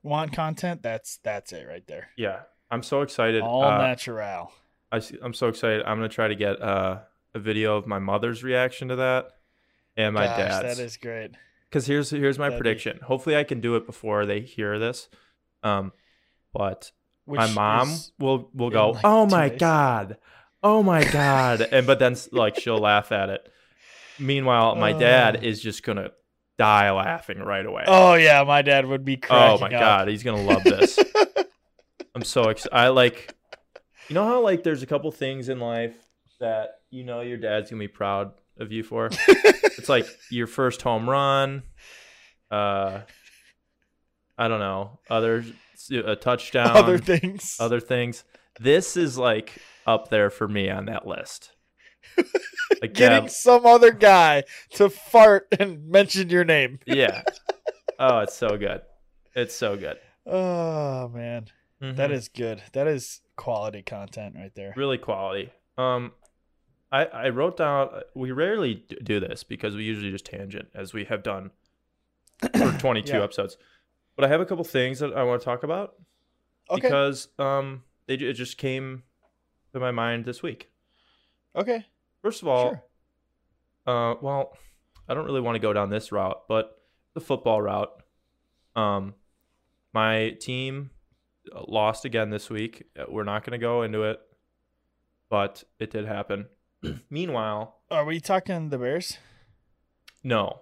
B: want content, that's that's it right there.
A: Yeah, I'm so excited.
B: All
A: uh,
B: natural.
A: I, am so excited. I'm gonna try to get uh, a video of my mother's reaction to that and my
B: Gosh,
A: dad's.
B: That is great.
A: Because here's here's my
B: that'd be-
A: prediction. Hopefully, I can do it before they hear this. Um, but
B: Which
A: my mom
B: is-
A: will will
B: in,
A: go,
B: like,
A: "Oh
B: two
A: my
B: days."
A: god, oh my god," and but then like she'll laugh at it. Meanwhile, my
B: Uh.
A: dad is just gonna die laughing right away.
B: Oh yeah, my dad would be cracking
A: Oh my
B: up.
A: god, he's gonna love this. I'm so excited. I like, you know how like there's a couple things in life that you know your dad's gonna be proud of you for. it's like your first home run. Uh, I don't know, other a touchdown,
B: Other things.
A: Um, other things. This is like up there for me on that list. Like
B: Getting
A: dad-
B: some other guy to fart and mention your name.
A: yeah. Oh, it's so good. It's so good.
B: Oh man, that
A: Mhm.
B: is good. That is quality content right there.
A: really quality. Um, I I wrote down. We rarely d- do this because we usually just tangent as we have done for 22
B: Yeah.
A: episodes. But I have a couple things that I want to talk about
B: Okay.
A: because um, they ju- it just came to my mind this week.
B: okay.
A: First of all,
B: sure.
A: uh, well, I don't really want to go down this route, but the football route. Um, my team uh, lost again this week. Uh, We're not going to go into it, but it did happen. Meanwhile,
B: Are we talking the Bears?
A: no,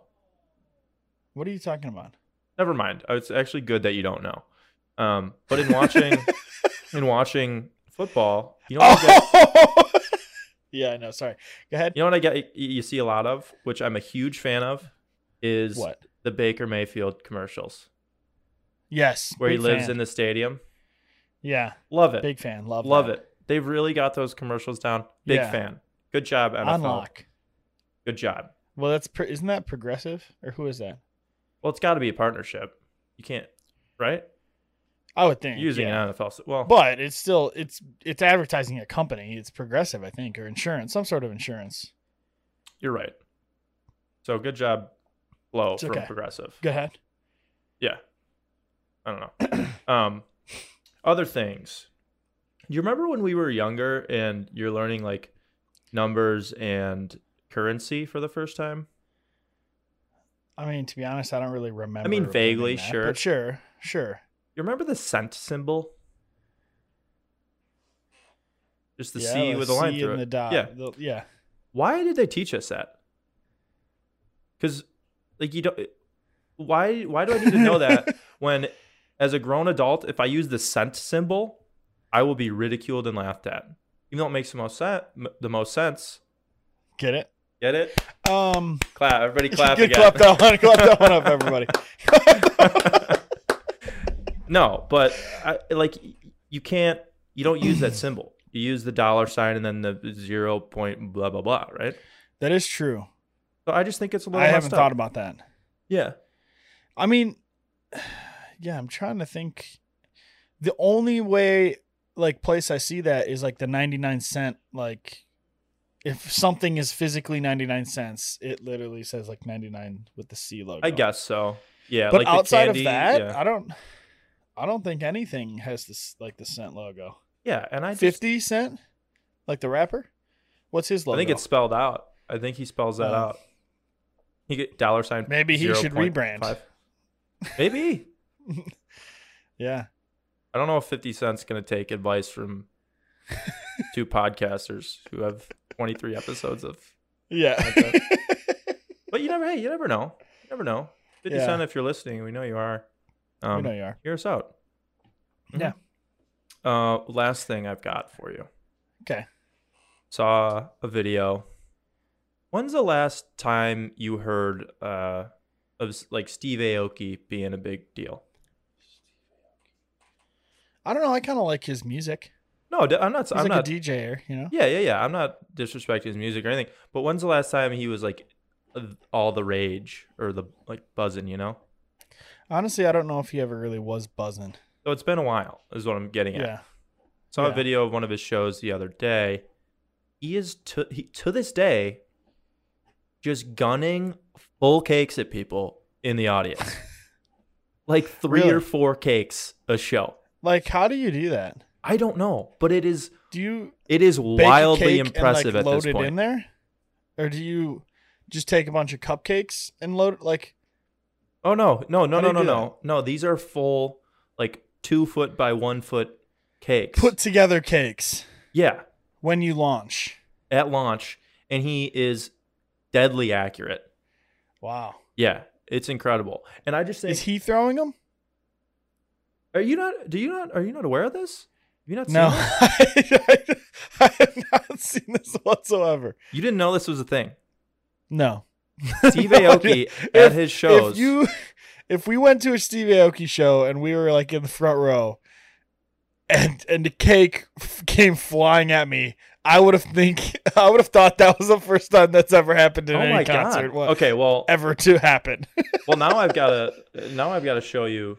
B: What are you talking about?
A: never mind. Uh, It's actually good that you don't know. Um, but in watching, in watching football, you know, uh, what I get,
B: Oh. yeah, I know. Sorry. Go ahead.
A: you know what I get? y- You see a lot of, which I'm a huge fan of, is
B: What?
A: the Baker Mayfield commercials
B: Yes.
A: where
B: big
A: he lives
B: fan.
A: in the stadium.
B: Yeah,
A: Love it.
B: big fan. Love
A: Love
B: that.
A: it. They've really got those commercials down. Big
B: Yeah.
A: fan. Good job, NFL.
B: Unlock.
A: Good job.
B: Well, that's pr isn't that progressive or who is that?
A: Well, it's got to be a partnership. You can't, right?
B: I would think
A: Using
B: yeah.
A: an NFL. s- Well,
B: But it's still it's it's advertising a company. It's progressive, I think, or insurance, some sort of insurance.
A: you're right. So good job, Blow
B: It's
A: from
B: okay.
A: Progressive.
B: Go ahead.
A: Yeah. I don't know. um, other things. You remember when we were younger and you're learning like numbers and currency for the first time?
B: I mean, to be honest, I don't really remember. learning
A: vaguely,
B: that,
A: sure.
B: But sure, sure.
A: You remember the cent symbol? Just the
B: Yeah,
A: C with a line
B: C
A: through
B: and
A: it.
B: the dot.
A: Yeah.
B: The- yeah.
A: Why did they teach us that? Because, like, you don't. Why? Why do I need to know that when, as a grown adult, if I use the cent symbol, I will be ridiculed and laughed at, even though it makes the most sense. The most sense.
B: Get it?
A: Get it?
B: Um
A: Clap! Everybody, clap
B: good
A: again.
B: clap that one. Clap that one up, everybody.
A: no, but I, like you can't. You don't use that symbol. You use the dollar sign and then the zero point blah blah blah, right?
B: that is true.
A: So I just think it's a little.
B: I haven't
A: messed up.
B: thought about that.
A: Yeah,
B: I mean, yeah, I'm trying to think. The only way, like, place I see that is like the 99 cent. Like, if something is physically 99 cents, it literally says like 99 with the C logo.
A: I guess so. Yeah,
B: But
A: like the
B: outside
A: candy,
B: of that, uh,
A: yeah.
B: I don't. I don't think anything has this like the cent logo.
A: yeah, and I just,
B: Fifty cent, like the rapper. What's his
A: I
B: logo?
A: think it's spelled out. I think he spells that
B: Oh.
A: out. He get dollar sign.
B: Maybe he should
A: 0.5.
B: rebrand.
A: Maybe
B: yeah.
A: I don't know if Fifty Cent's gonna take advice from two podcasters who have twenty three episodes of.
B: Yeah.
A: But you never, hey, you never know. You never know. Fifty
B: Yeah.
A: Cent, if you're listening, we know you are.
B: I
A: Um,
B: know you are.
A: hear us out. Mm-hmm.
B: Yeah.
A: Uh, last thing I've got for you.
B: Okay.
A: Saw a video. When's the last time you heard uh of s- like Steve Aoki being a big deal?
B: I don't know. I kind of like his music.
A: No, d- I'm not.
B: He's
A: I'm
B: like
A: not.
B: a DJer, you know.
A: yeah, yeah, yeah. I'm not disrespecting his music or anything. But when's the last time he was like th- all the rage or the like buzzing? You know.
B: Honestly, I don't know if he ever really was buzzing.
A: So it's been a while. Is what I'm getting
B: Yeah.
A: at. saw
B: Yeah.
A: a video of one of his shows the other day. He is to he, to this day just gunning full cakes at people in the audience, like three
B: Really?
A: or four cakes a show.
B: Like, how do you do that?
A: I don't know, but it is
B: Do you
A: it is
B: bake
A: wildly
B: a cake
A: impressive
B: and, like,
A: at
B: load
A: this
B: it in
A: point.
B: there, or do you just take a bunch of cupcakes and load? Like,
A: Oh no, no, no,
B: How do
A: no,
B: you
A: no,
B: do
A: no, no! These are full like two foot by one foot cakes.
B: put together cakes
A: yeah,
B: when you launch.
A: at launch, and he is deadly accurate.
B: Wow.
A: Yeah, it's incredible, and I just think
B: Is he throwing them?
A: Are you not? Do you not? Are you not aware of this? Have you not?
B: No,
A: seen this?
B: I, have not seen this whatsoever.
A: you didn't know this was a thing.
B: No.
A: Steve
B: No,
A: Aoki at
B: if-
A: his shows.
B: If you, if we went to a Steve Aoki show and we were like in the front row, and and the cake f- came flying at me, I would have think I would have thought that was the first time that's ever happened in
A: oh
B: any
A: my
B: concert.
A: god.
B: what-
A: Okay. Well.
B: ever to happen.
A: well. Now I've got to. Now I've got to show you.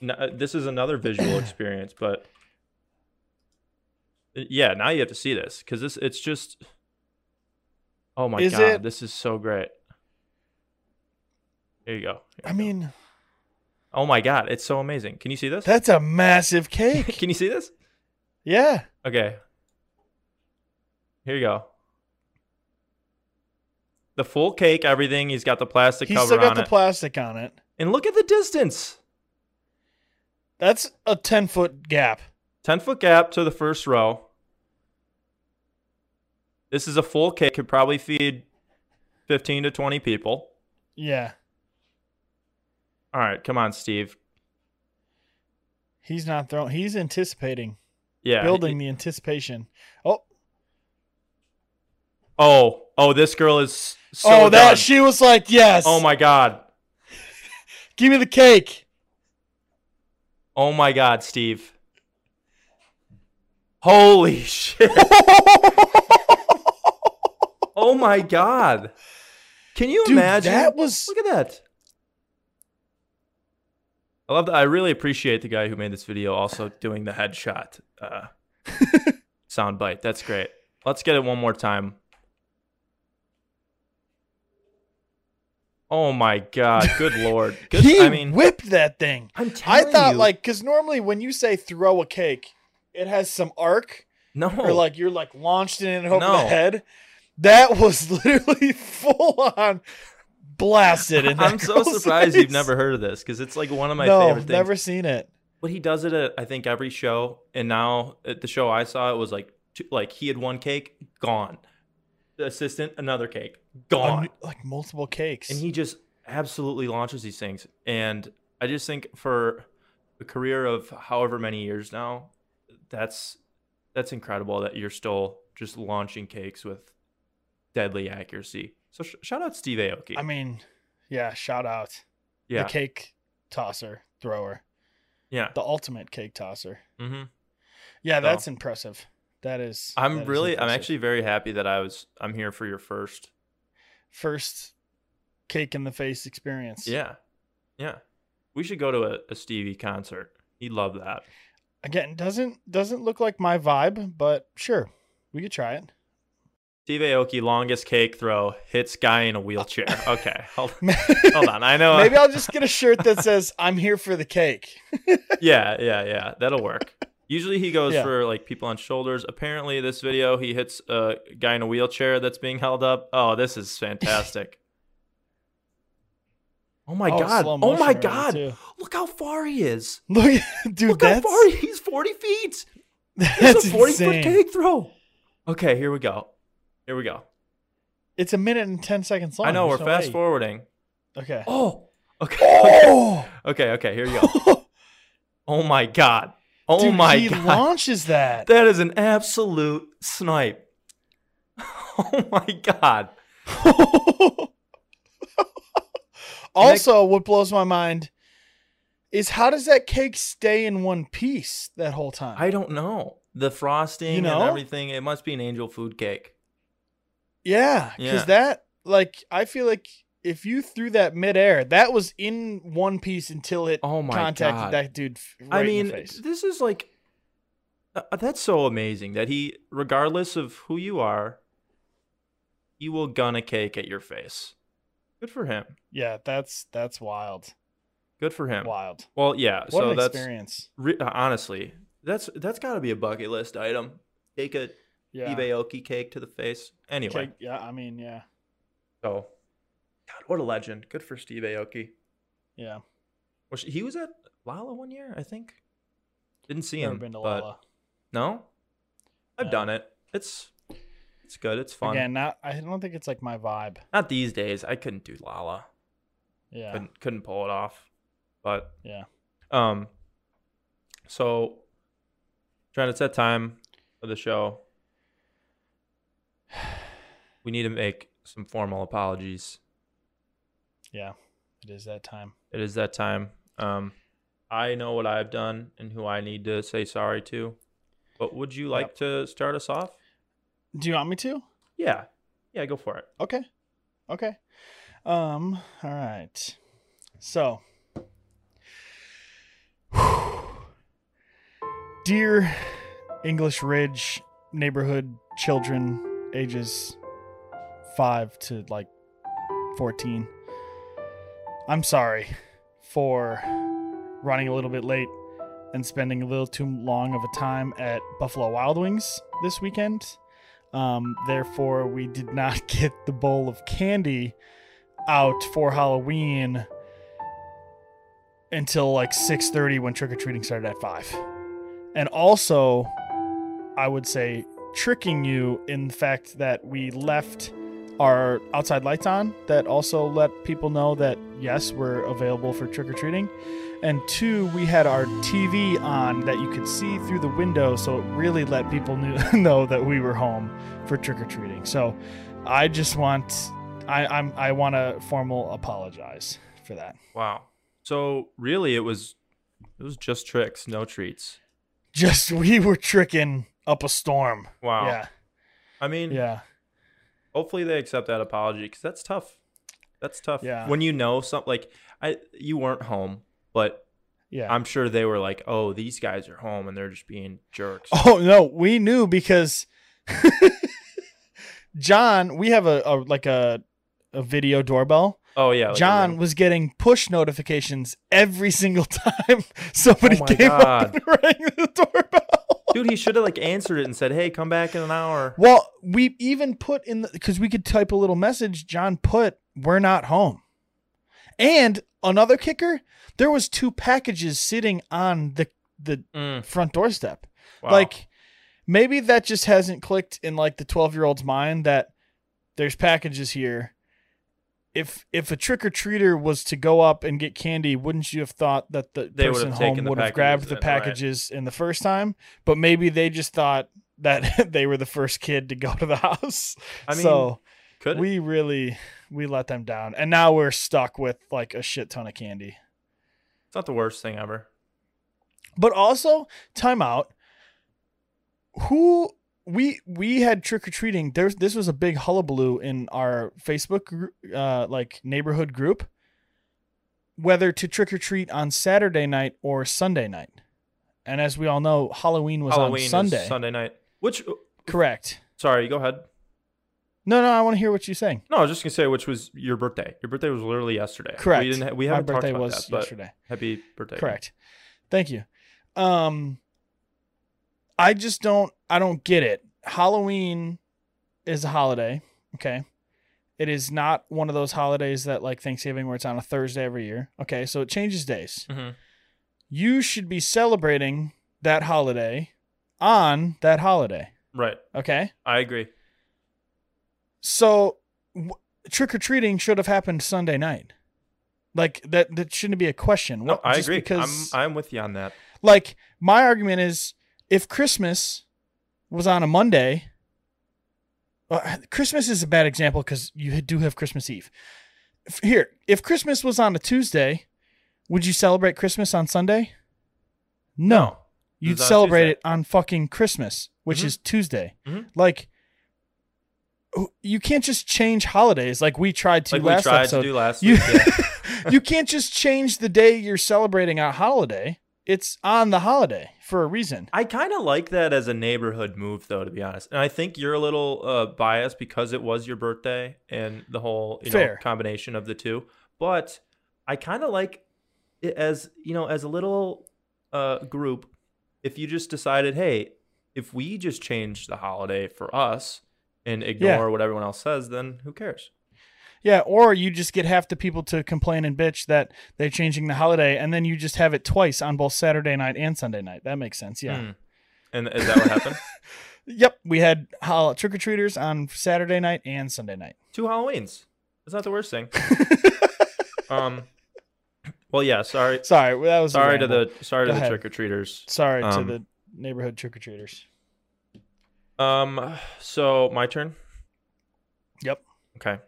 A: n- uh, This is another visual experience, but yeah. Now you have to see this because this. It's just. Oh my
B: Is
A: god!
B: it-
A: This is so great. Here you go. Here
B: I
A: you go.
B: mean,
A: Oh my god, it's so amazing. Can you see this?
B: That's a massive cake.
A: Can you see this?
B: yeah.
A: Okay. Here you go. The full cake, everything. He's got the plastic
B: He's
A: cover
B: still got
A: on
B: the
A: it.
B: plastic on it.
A: and look at the distance.
B: That's a 10 foot gap.
A: 10 foot gap to the first row. This is a full cake, could probably feed 15 to 20 people.
B: Yeah.
A: All right, come on, Steve.
B: He's not throwing. He's anticipating,
A: Yeah.
B: building the anticipation. Oh,
A: Oh, oh, this girl is so
B: oh, that
A: done.
B: she was like, yes.
A: Oh my god.
B: Give me the cake.
A: Oh my god, Steve. Holy shit. oh my god. Can you
B: Dude,
A: imagine?
B: that was.
A: Look at that. I love that. I really appreciate the guy who made this video also doing the headshot uh, sound bite. That's great. Let's get it one more time. Oh my god! Good lord! Good,
B: he
A: I mean,
B: whipped that thing.
A: I'm
B: I
A: telling
B: thought,
A: you-
B: like, because normally when you say throw a cake, it has some arc,
A: no,
B: or like you're like launched in it over
A: No.
B: the head. That was literally full on blasted. In that
A: I'm so
B: girl's
A: surprised you've
B: face.
A: never heard of this because it's like one of my
B: no,
A: favorite things.
B: never seen it.
A: But he does it at I think every show, and now at the show I saw, it was like two, like he had one cake gone, the assistant another cake gone,
B: On, like multiple cakes.
A: and he just absolutely launches these things. And I just think for a career of however many years now, that's that's incredible that you're still just launching cakes with deadly accuracy. So sh- shout out Steve Aoki.
B: I mean, yeah. Shout out
A: yeah,
B: the cake tosser thrower,
A: yeah.
B: the ultimate cake tosser.
A: hmm
B: Yeah,
A: So-
B: that's impressive. That is. that
A: I'm
B: is
A: really, I'm
B: impressive.
A: actually very happy that I was, I'm here for your first.
B: first cake in the face experience.
A: Yeah. Yeah. We should go to a, a Stevie concert. He'd love that.
B: Again, doesn't doesn't look like my vibe, but sure, we could try it.
A: Steve Aoki, longest cake throw, hits guy in a wheelchair. Okay. Hold, hold on. I know.
B: Maybe I'll just get a shirt that says "I'm here for the cake."
A: yeah. Yeah. Yeah. That'll work. Usually he goes
B: Yeah.
A: for like people on shoulders. Apparently, this video, he hits a guy in a wheelchair that's being held up. Oh, this is fantastic. Oh my
B: Oh,
A: god.
B: slow
A: Oh
B: motion
A: my
B: already,
A: god.
B: too.
A: Look how far he is.
B: Look, dude,
A: Look
B: that's
A: how far he, he's 40 feet.
B: that's
A: it's a 40 foot
B: insane.
A: cake throw. Okay, here we go. Here we go.
B: It's a minute and ten seconds long.
A: I know we're
B: There's no
A: fast
B: way.
A: forwarding.
B: Okay.
A: Oh, okay.
B: Oh,
A: Okay, okay, here you go. Oh my god. Oh
B: Dude,
A: my
B: he
A: god.
B: launches that.
A: that is an absolute snipe. Oh my god.
B: also, what blows my mind is how does that cake stay in one piece that whole time?
A: I don't know. The frosting
B: You know?
A: and everything, it must be an angel food cake.
B: yeah, because
A: Yeah.
B: that like I feel like if you threw that midair, that was in one piece until it
A: Oh my
B: contacted
A: god.
B: that dude. f- Right
A: I mean,
B: in the face.
A: this is like uh, that's so amazing that he regardless of who you are, he will gun a cake at your face. Good for him.
B: yeah, that's that's wild,
A: Good for him.
B: wild.
A: Well, yeah.
B: What
A: so
B: an
A: that's
B: experience.
A: re- uh, honestly, that's that's got to be a bucket list item. Take a
B: Yeah,
A: eBay Oki cake to the face. Anyway,
B: Cake- yeah. I mean, yeah,
A: so God, what a legend. Good for Steve Aoki.
B: yeah.
A: Was he was at Lala one year, I think. Didn't see him.
B: Never been to
A: but-
B: Lala.
A: No, I've
B: No.
A: done it. It's it's good. It's fun.
B: Uh, Again, not. I don't think it's like my vibe.
A: Not these days. I couldn't do Lala.
B: Yeah.
A: Couldn't couldn't pull it off. But
B: Yeah.
A: Um. So, trying to set time for the show. We need to make some formal apologies.
B: Yeah, it is that time.
A: It is that time. Um, I know what I've done and who I need to say sorry to. But would you like
B: Yep.
A: to start us off?
B: Do you want me to?
A: Yeah. Yeah, go for it.
B: Okay. Okay. Um, all right. So Dear English Ridge neighborhood children ages 5 to like 14. I'm sorry for running a little bit late and spending a little too long of a time at Buffalo Wild Wings this weekend. Um, therefore, we did not get the bowl of candy out for Halloween until like 6:30 when trick or treating started at 5. And also, I would say tricking you in the fact that we left our outside lights on that also let people know that yes, we're available for trick or treating. And two, we had our TV on that you could see through the window, so it really let people knew, know that we were home for trick or treating. So I just want I I'm, I want to formal apologize for that.
A: Wow. So really, it was it was just tricks, no treats.
B: Just we were tricking up a storm.
A: Wow.
B: Yeah.
A: I mean,
B: Yeah.
A: hopefully they accept that apology because that's tough. That's tough.
B: Yeah.
A: When you know something like I, you weren't home, but
B: Yeah.
A: I'm sure they were like, "Oh, these guys are home and they're just being jerks."
B: Oh no, we knew because John, we have a, a like a a video doorbell.
A: Oh yeah, like a
B: John
A: ring.
B: was getting push notifications every single time somebody
A: Oh my
B: came up and rang the doorbell.
A: dude, he should have like answered it and said, "Hey, come back in an hour."
B: Well, we even put in the because we could type a little message. John put, "We're not home," and another kicker. There was two packages sitting on the the
A: Mm,
B: front doorstep.
A: wow.
B: Like maybe that just hasn't clicked in like the 12-year-old's mind that there's packages here. If if a trick or treater was to go up and get candy, wouldn't you have thought that the
A: They would
B: person
A: have
B: home
A: taken the
B: would have
A: packages
B: grabbed the
A: then, right.
B: packages in the first time? But maybe they just thought that they were the first kid to go to the house.
A: I mean,
B: so
A: could
B: we really we let them down, and now we're stuck with like a shit ton of candy.
A: it's not the worst thing ever.
B: But also, timeout. Who we we had trick or treating. There's this was a big hullabaloo in our Facebook gr- uh, like neighborhood group, whether to trick or treat on Saturday night or Sunday night. And as we all know, Halloween was
A: Halloween
B: on
A: is
B: Sunday.
A: Sunday night. Which, oh,
B: Correct.
A: sorry, go ahead.
B: No, no, I want to hear what you're saying.
A: No, I was just gonna say, which was your birthday. Your birthday was literally yesterday.
B: Correct.
A: We didn't. Ha- we
B: My
A: haven't talked
B: birthday
A: about
B: was
A: that. But
B: yesterday.
A: happy birthday.
B: Correct. Thank you. Um I just don't I don't get it. Halloween is a holiday, okay? It is not one of those holidays that like Thanksgiving where it's on a Thursday every year. Okay, so it changes days.
A: Mhm.
B: You should be celebrating that holiday on that holiday,
A: Right.
B: okay?
A: I agree.
B: So w- trick or treating should have happened Sunday night. Like that that shouldn't be a question.
A: No,
B: What-
A: I
B: just
A: agree.
B: Because
A: I'm I'm with you on that.
B: like my argument is if christmas was on a monday uh, christmas is a bad example because you do have christmas eve F- here if christmas was on a tuesday would you celebrate christmas on sunday no,
A: It
B: you'd
A: was on
B: celebrate
A: Tuesday.
B: it on fucking christmas which
A: Mhm.
B: is tuesday
A: Mhm.
B: like w- you can't just change holidays like we tried to
A: Like we
B: last
A: tried
B: episode
A: to do last
B: you,
A: week. yeah.
B: you can't just change the day you're celebrating a holiday. It's on the holiday for a reason.
A: I kind of like that as a neighborhood move, though, to be honest. And I think you're a little uh, biased because it was your birthday and the whole you know,
B: Fair.
A: combination of the two. But I kind of like it as you know, as a little uh, group. If you just decided, hey, if we just change the holiday for us and ignore what everyone else says, then who cares?
B: Yeah, or you just get half the people to complain and bitch that they're changing the holiday and then you just have it twice on both Saturday night and Sunday night. That makes sense. Yeah.
A: Hmm. And is that what happened?
B: Yep, we had hol- trick or treaters on Saturday night and Sunday night.
A: two Halloweens. It's not the worst thing. um. Well, yeah. Sorry.
B: Sorry, well, that was a
A: Sorry to
B: ramble.
A: the sorry to
B: Go
A: the
B: ahead.
A: trick or treaters.
B: Sorry
A: um,
B: to the neighborhood trick or treaters.
A: Um. So my turn.
B: Yep.
A: Okay.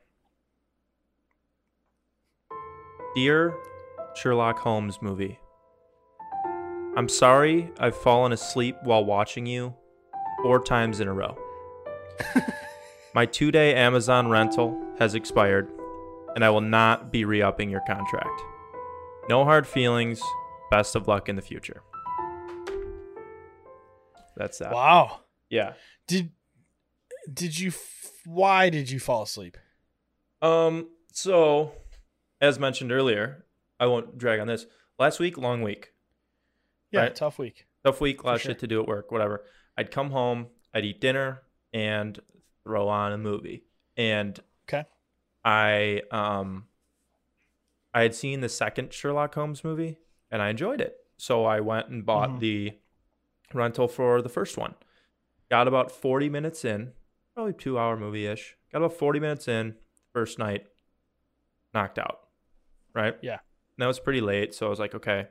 A: Dear Sherlock Holmes movie. I'm sorry I've fallen asleep while watching you four times in a row. my two day Amazon rental has expired, and I will not be re upping your contract. No hard feelings. Best of luck in the future. That's that.
B: Wow.
A: Yeah.
B: Did did you f- why did you fall asleep?
A: Um. So, as mentioned earlier, I won't drag on this. Last week, long week.
B: Yeah,
A: Right.
B: tough week.
A: Tough week, a lot of
B: sure.
A: shit to do at work, whatever. I'd come home, I'd eat dinner, and throw on a movie. And
B: Okay.
A: I um I had seen the second Sherlock Holmes movie and I enjoyed it. So I went and bought
B: Mhm.
A: the rental for the first one. Got about 40 minutes in, probably two hour movie ish. Got about 40 minutes in, first night, knocked out. Right?
B: Yeah.
A: And that was pretty late. So I was like, okay,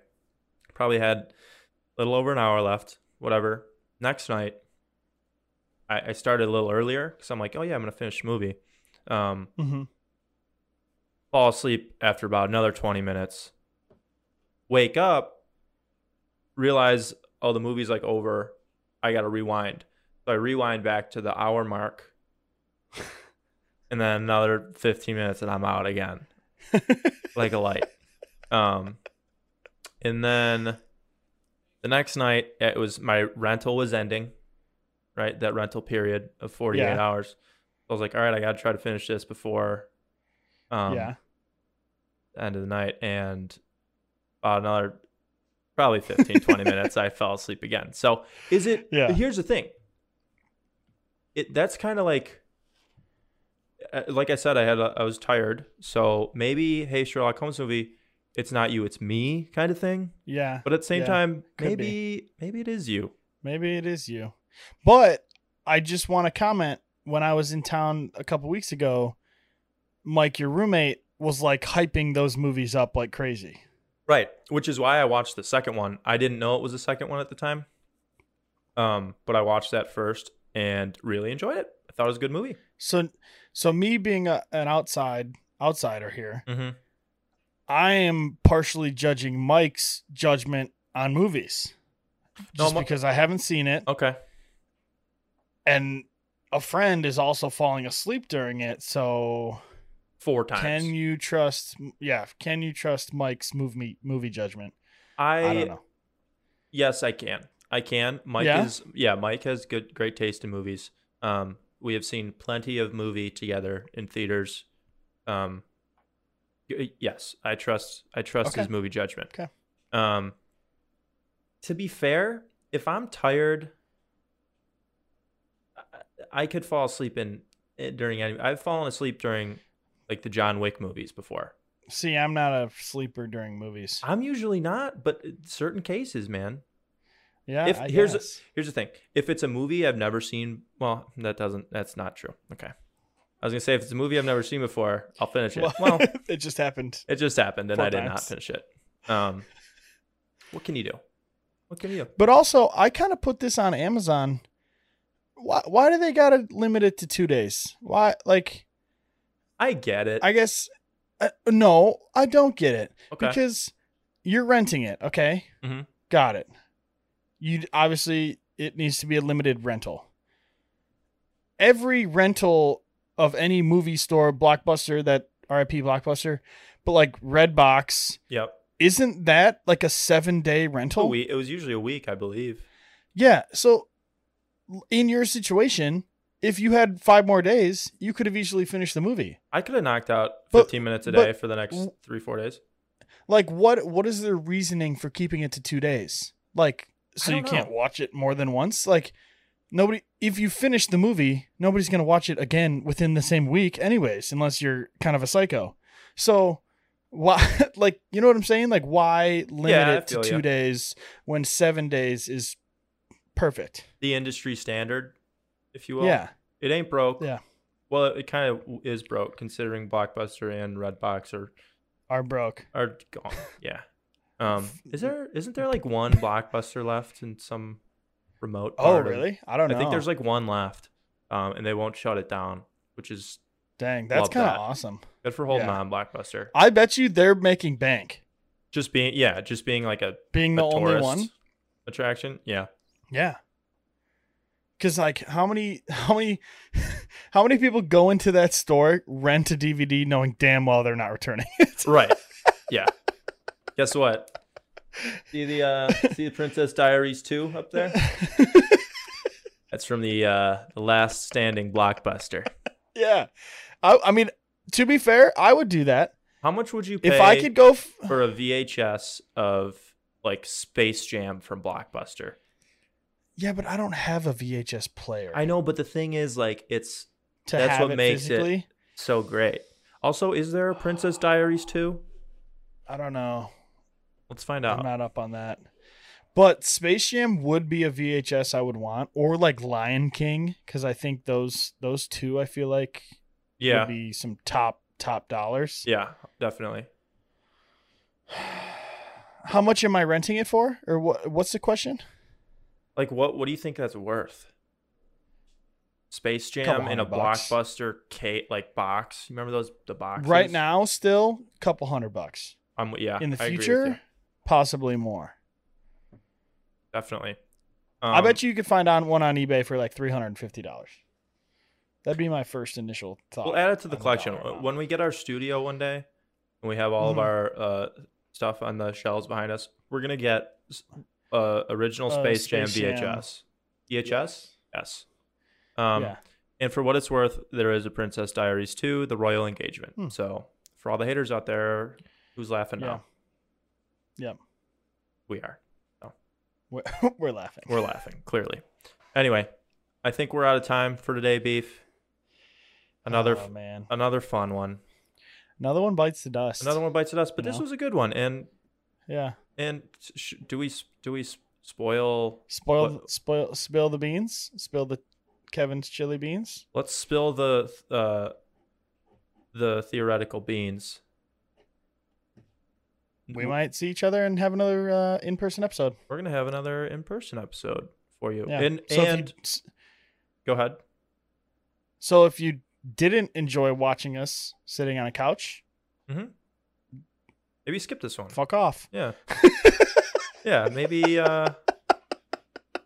A: probably had a little over an hour left, whatever. Next night, I, I started a little earlier because I'm like, oh yeah, I'm going to finish the movie. Um,
B: Mm-hmm.
A: fall asleep after about another 20 minutes wake up realize oh the movie's like over i gotta rewind so i rewind back to the hour mark and then another 15 minutes and i'm out again like a light um and then the next night it was my rental was ending right that rental period of 48
B: Yeah.
A: hours i was like all right i gotta try to finish this before um
B: yeah.
A: the end of the night and about another probably 15 20 minutes i fell asleep again so is it
B: Yeah.
A: but here's the thing it that's kind of like uh, like i said i had a, i was tired so maybe hey sherlock holmes movie it's not you it's me kind of thing
B: Yeah.
A: but at the same
B: Yeah,
A: time
B: could
A: maybe
B: be.
A: maybe it is you
B: Maybe it is you. But I just want to comment when I was in town a couple weeks ago, Mike, your roommate, was like hyping those movies up like crazy.
A: right which is why i watched the second one i didn't know it was the second one at the time um but i watched that first and really enjoyed it i thought it was a good movie
B: So so me being a, an outside outsider here,
A: mm-hmm.
B: I am partially judging Mike's judgment on movies.
A: No,
B: Just
A: Mi-
B: because I haven't seen it
A: okay
B: and a friend is also falling asleep during it, so
A: four times.
B: can you trust yeah, can you trust Mike's movie movie judgment?
A: I,
B: I don't know.
A: yes, I can. I can. Mike
B: Yeah?
A: is yeah. Mike has good, great taste in movies. Um, we have seen plenty of movie together in theaters. Um, y- yes, I trust. I trust his
B: Okay.
A: movie judgment.
B: Okay.
A: Um, to be fair, if I'm tired, I- I could fall asleep in eh, during any. I've fallen asleep during like the John Wick movies before.
B: See, I'm not a sleeper during movies.
A: I'm usually not, but uh, certain cases, man.
B: Yeah,
A: if-
B: I
A: here's a-
B: guess.
A: Here's the thing: if it's a movie I've never seen, well, that doesn't. That's not true. Okay, I was gonna say if it's a movie I've never seen before, I'll finish it. Well,
B: well, it just happened.
A: it just happened, and
B: Four
A: I did not
B: times.
A: finish it. Um, what can you do? What can you do?
B: But also, I kind of put this on Amazon. Why? Why do they gotta limit it to two days? Why? Like,
A: I get it.
B: I guess. Uh, no, I don't get it
A: okay.
B: because you're renting it. Okay,
A: Mhm.
B: got it. You obviously it needs to be a limited rental. Every rental of any movie store, Blockbuster, that RIP Blockbuster, but like Redbox,
A: yep.
B: isn't that like a seven day
A: A
B: rental?
A: week, it was usually a week, I believe.
B: Yeah. So, l- in your situation, if you had five more days, you could have easily finished the movie.
A: I could have knocked out
B: But-
A: 15 minutes a
B: but-
A: day for the next three, four days.
B: Like, what? What is their reasoning for keeping it to two days? Like, so
A: I
B: you
A: don't
B: can't
A: know.
B: watch it more than once. Like, nobody. If you finish the movie, nobody's gonna watch it again within the same week, anyways, unless you're kind of a psycho. So. Why, like, you know what I'm saying? Like, why limit
A: Yeah, I
B: it to
A: feel
B: two
A: ya.
B: days when seven days is perfect?
A: The industry standard, if you will.
B: yeah,
A: It ain't broke.
B: Yeah.
A: Well, it kind of is broke considering Blockbuster and Redbox are
B: are broke.
A: are gone. Yeah. Um, is there isn't there like one blockbuster left in some remote?
B: Oh,
A: part of-
B: really? I don't
A: I
B: know.
A: think there's like one left, um, and they won't shut it down, which is
B: Dang, that's
A: Love
B: kind of
A: that.
B: awesome.
A: good for holding
B: Yeah.
A: on blockbuster.
B: I bet you they're making bank,
A: Just being yeah, just being like a,
B: being the
A: a
B: only
A: tourist
B: one.
A: attraction. Yeah.
B: Yeah. Cause like how many how many how many people go into that store, rent a DVD, knowing damn well they're not returning it.
A: Right. yeah. Guess what? See the uh, see the Princess Diaries two up there. That's from the uh, the last standing blockbuster.
B: yeah. I I mean, to be fair, I would do that.
A: How much would you pay
B: If I could go, f-
A: for a VHS of like Space Jam from Blockbuster?
B: yeah, but I don't have a VHS player.
A: I know, but the thing is, like, it's
B: to
A: that's
B: have
A: what
B: it
A: makes it-
B: physically.
A: so great. Also, is there a Princess Diaries too?
B: I don't know.
A: Let's find
B: I'm
A: out.
B: not up on that. But Space Jam would be a VHS I would want, or like Lion King, because I think those those two I feel like
A: yeah,
B: would be some top top dollars.
A: yeah, definitely.
B: How much am I renting it for, or what? What's the question?
A: Like, what what do you think that's worth? Space Jam
B: Couple
A: in a
B: hundred bucks.
A: Blockbuster K like box. You remember those the boxes?
B: Right now, still couple hundred bucks.
A: I'm yeah.
B: In the
A: I agree with you.
B: future, possibly more.
A: definitely. Um,
B: I bet you could find on one on eBay for like three hundred and fifty dollars. That'd be my first initial thought.
A: We'll add it to the
B: on
A: collection
B: dollar amount.
A: when we get our studio one day, and we have all
B: Mhm.
A: of our uh, stuff on the shelves behind us. We're gonna get s- uh, original
B: Uh,
A: Space, Jam
B: Space Jam.
A: VHS. VHS, yes. Um,
B: yeah.
A: And for what it's worth, there is a Princess Diaries 2, The Royal Engagement.
B: Hmm.
A: So for all the haters out there, who's laughing now?
B: Yeah. Yep.
A: We are.
B: We're, we're laughing.
A: We're laughing, clearly. Anyway, I think we're out of time for today, Beef. Another
B: oh, man.
A: another fun one.
B: Another one bites the dust.
A: Another one bites at us, but this
B: No.
A: was a good one. And
B: Yeah.
A: and sh- do we s- do we s- spoil?
B: Spoil,
A: What-
B: spoil, spill the beans. Spill the Kevin's chili beans.
A: Let's spill the uh, the theoretical beans.
B: We might see each other and have another uh, in-person episode.
A: We're gonna have another in person episode for you.
B: Yeah.
A: And
B: so
A: and
B: if you,
A: go ahead.
B: so if you didn't enjoy watching us sitting on a couch,
A: Maybe skip this one.
B: fuck off.
A: Yeah. yeah. Maybe uh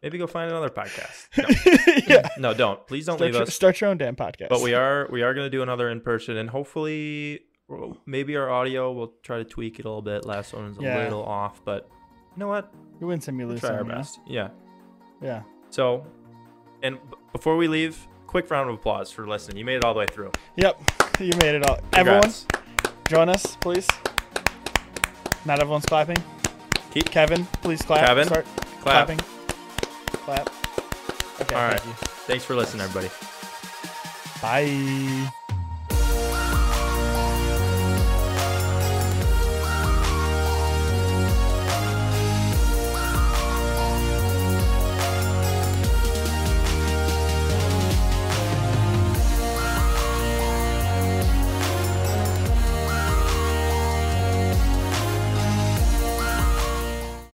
A: maybe go find another podcast. No,
B: yeah.
A: no don't. Please don't
B: start,
A: leave
B: your,
A: us.
B: start your own damn podcast.
A: But we are we are gonna do another in person and hopefully well, maybe our audio we'll try to tweak it a little bit. Last one was a
B: Yeah.
A: little off, but you know what?
B: You win some, you
A: We'll
B: lose
A: try
B: some.
A: our
B: you know?
A: best. Yeah.
B: Yeah.
A: So and b- before we leave, quick round of applause for listening. You made it all the way through.
B: Yep. You made it all. Everyone,
A: Congrats.
B: join us, please. Not everyone's clapping.
A: Keep-
B: Kevin, please clap.
A: Kevin,
B: Start
A: clap.
B: clapping. Clap. Okay.
A: All right.
B: thank you.
A: Thanks for listening, everybody.
B: Bye.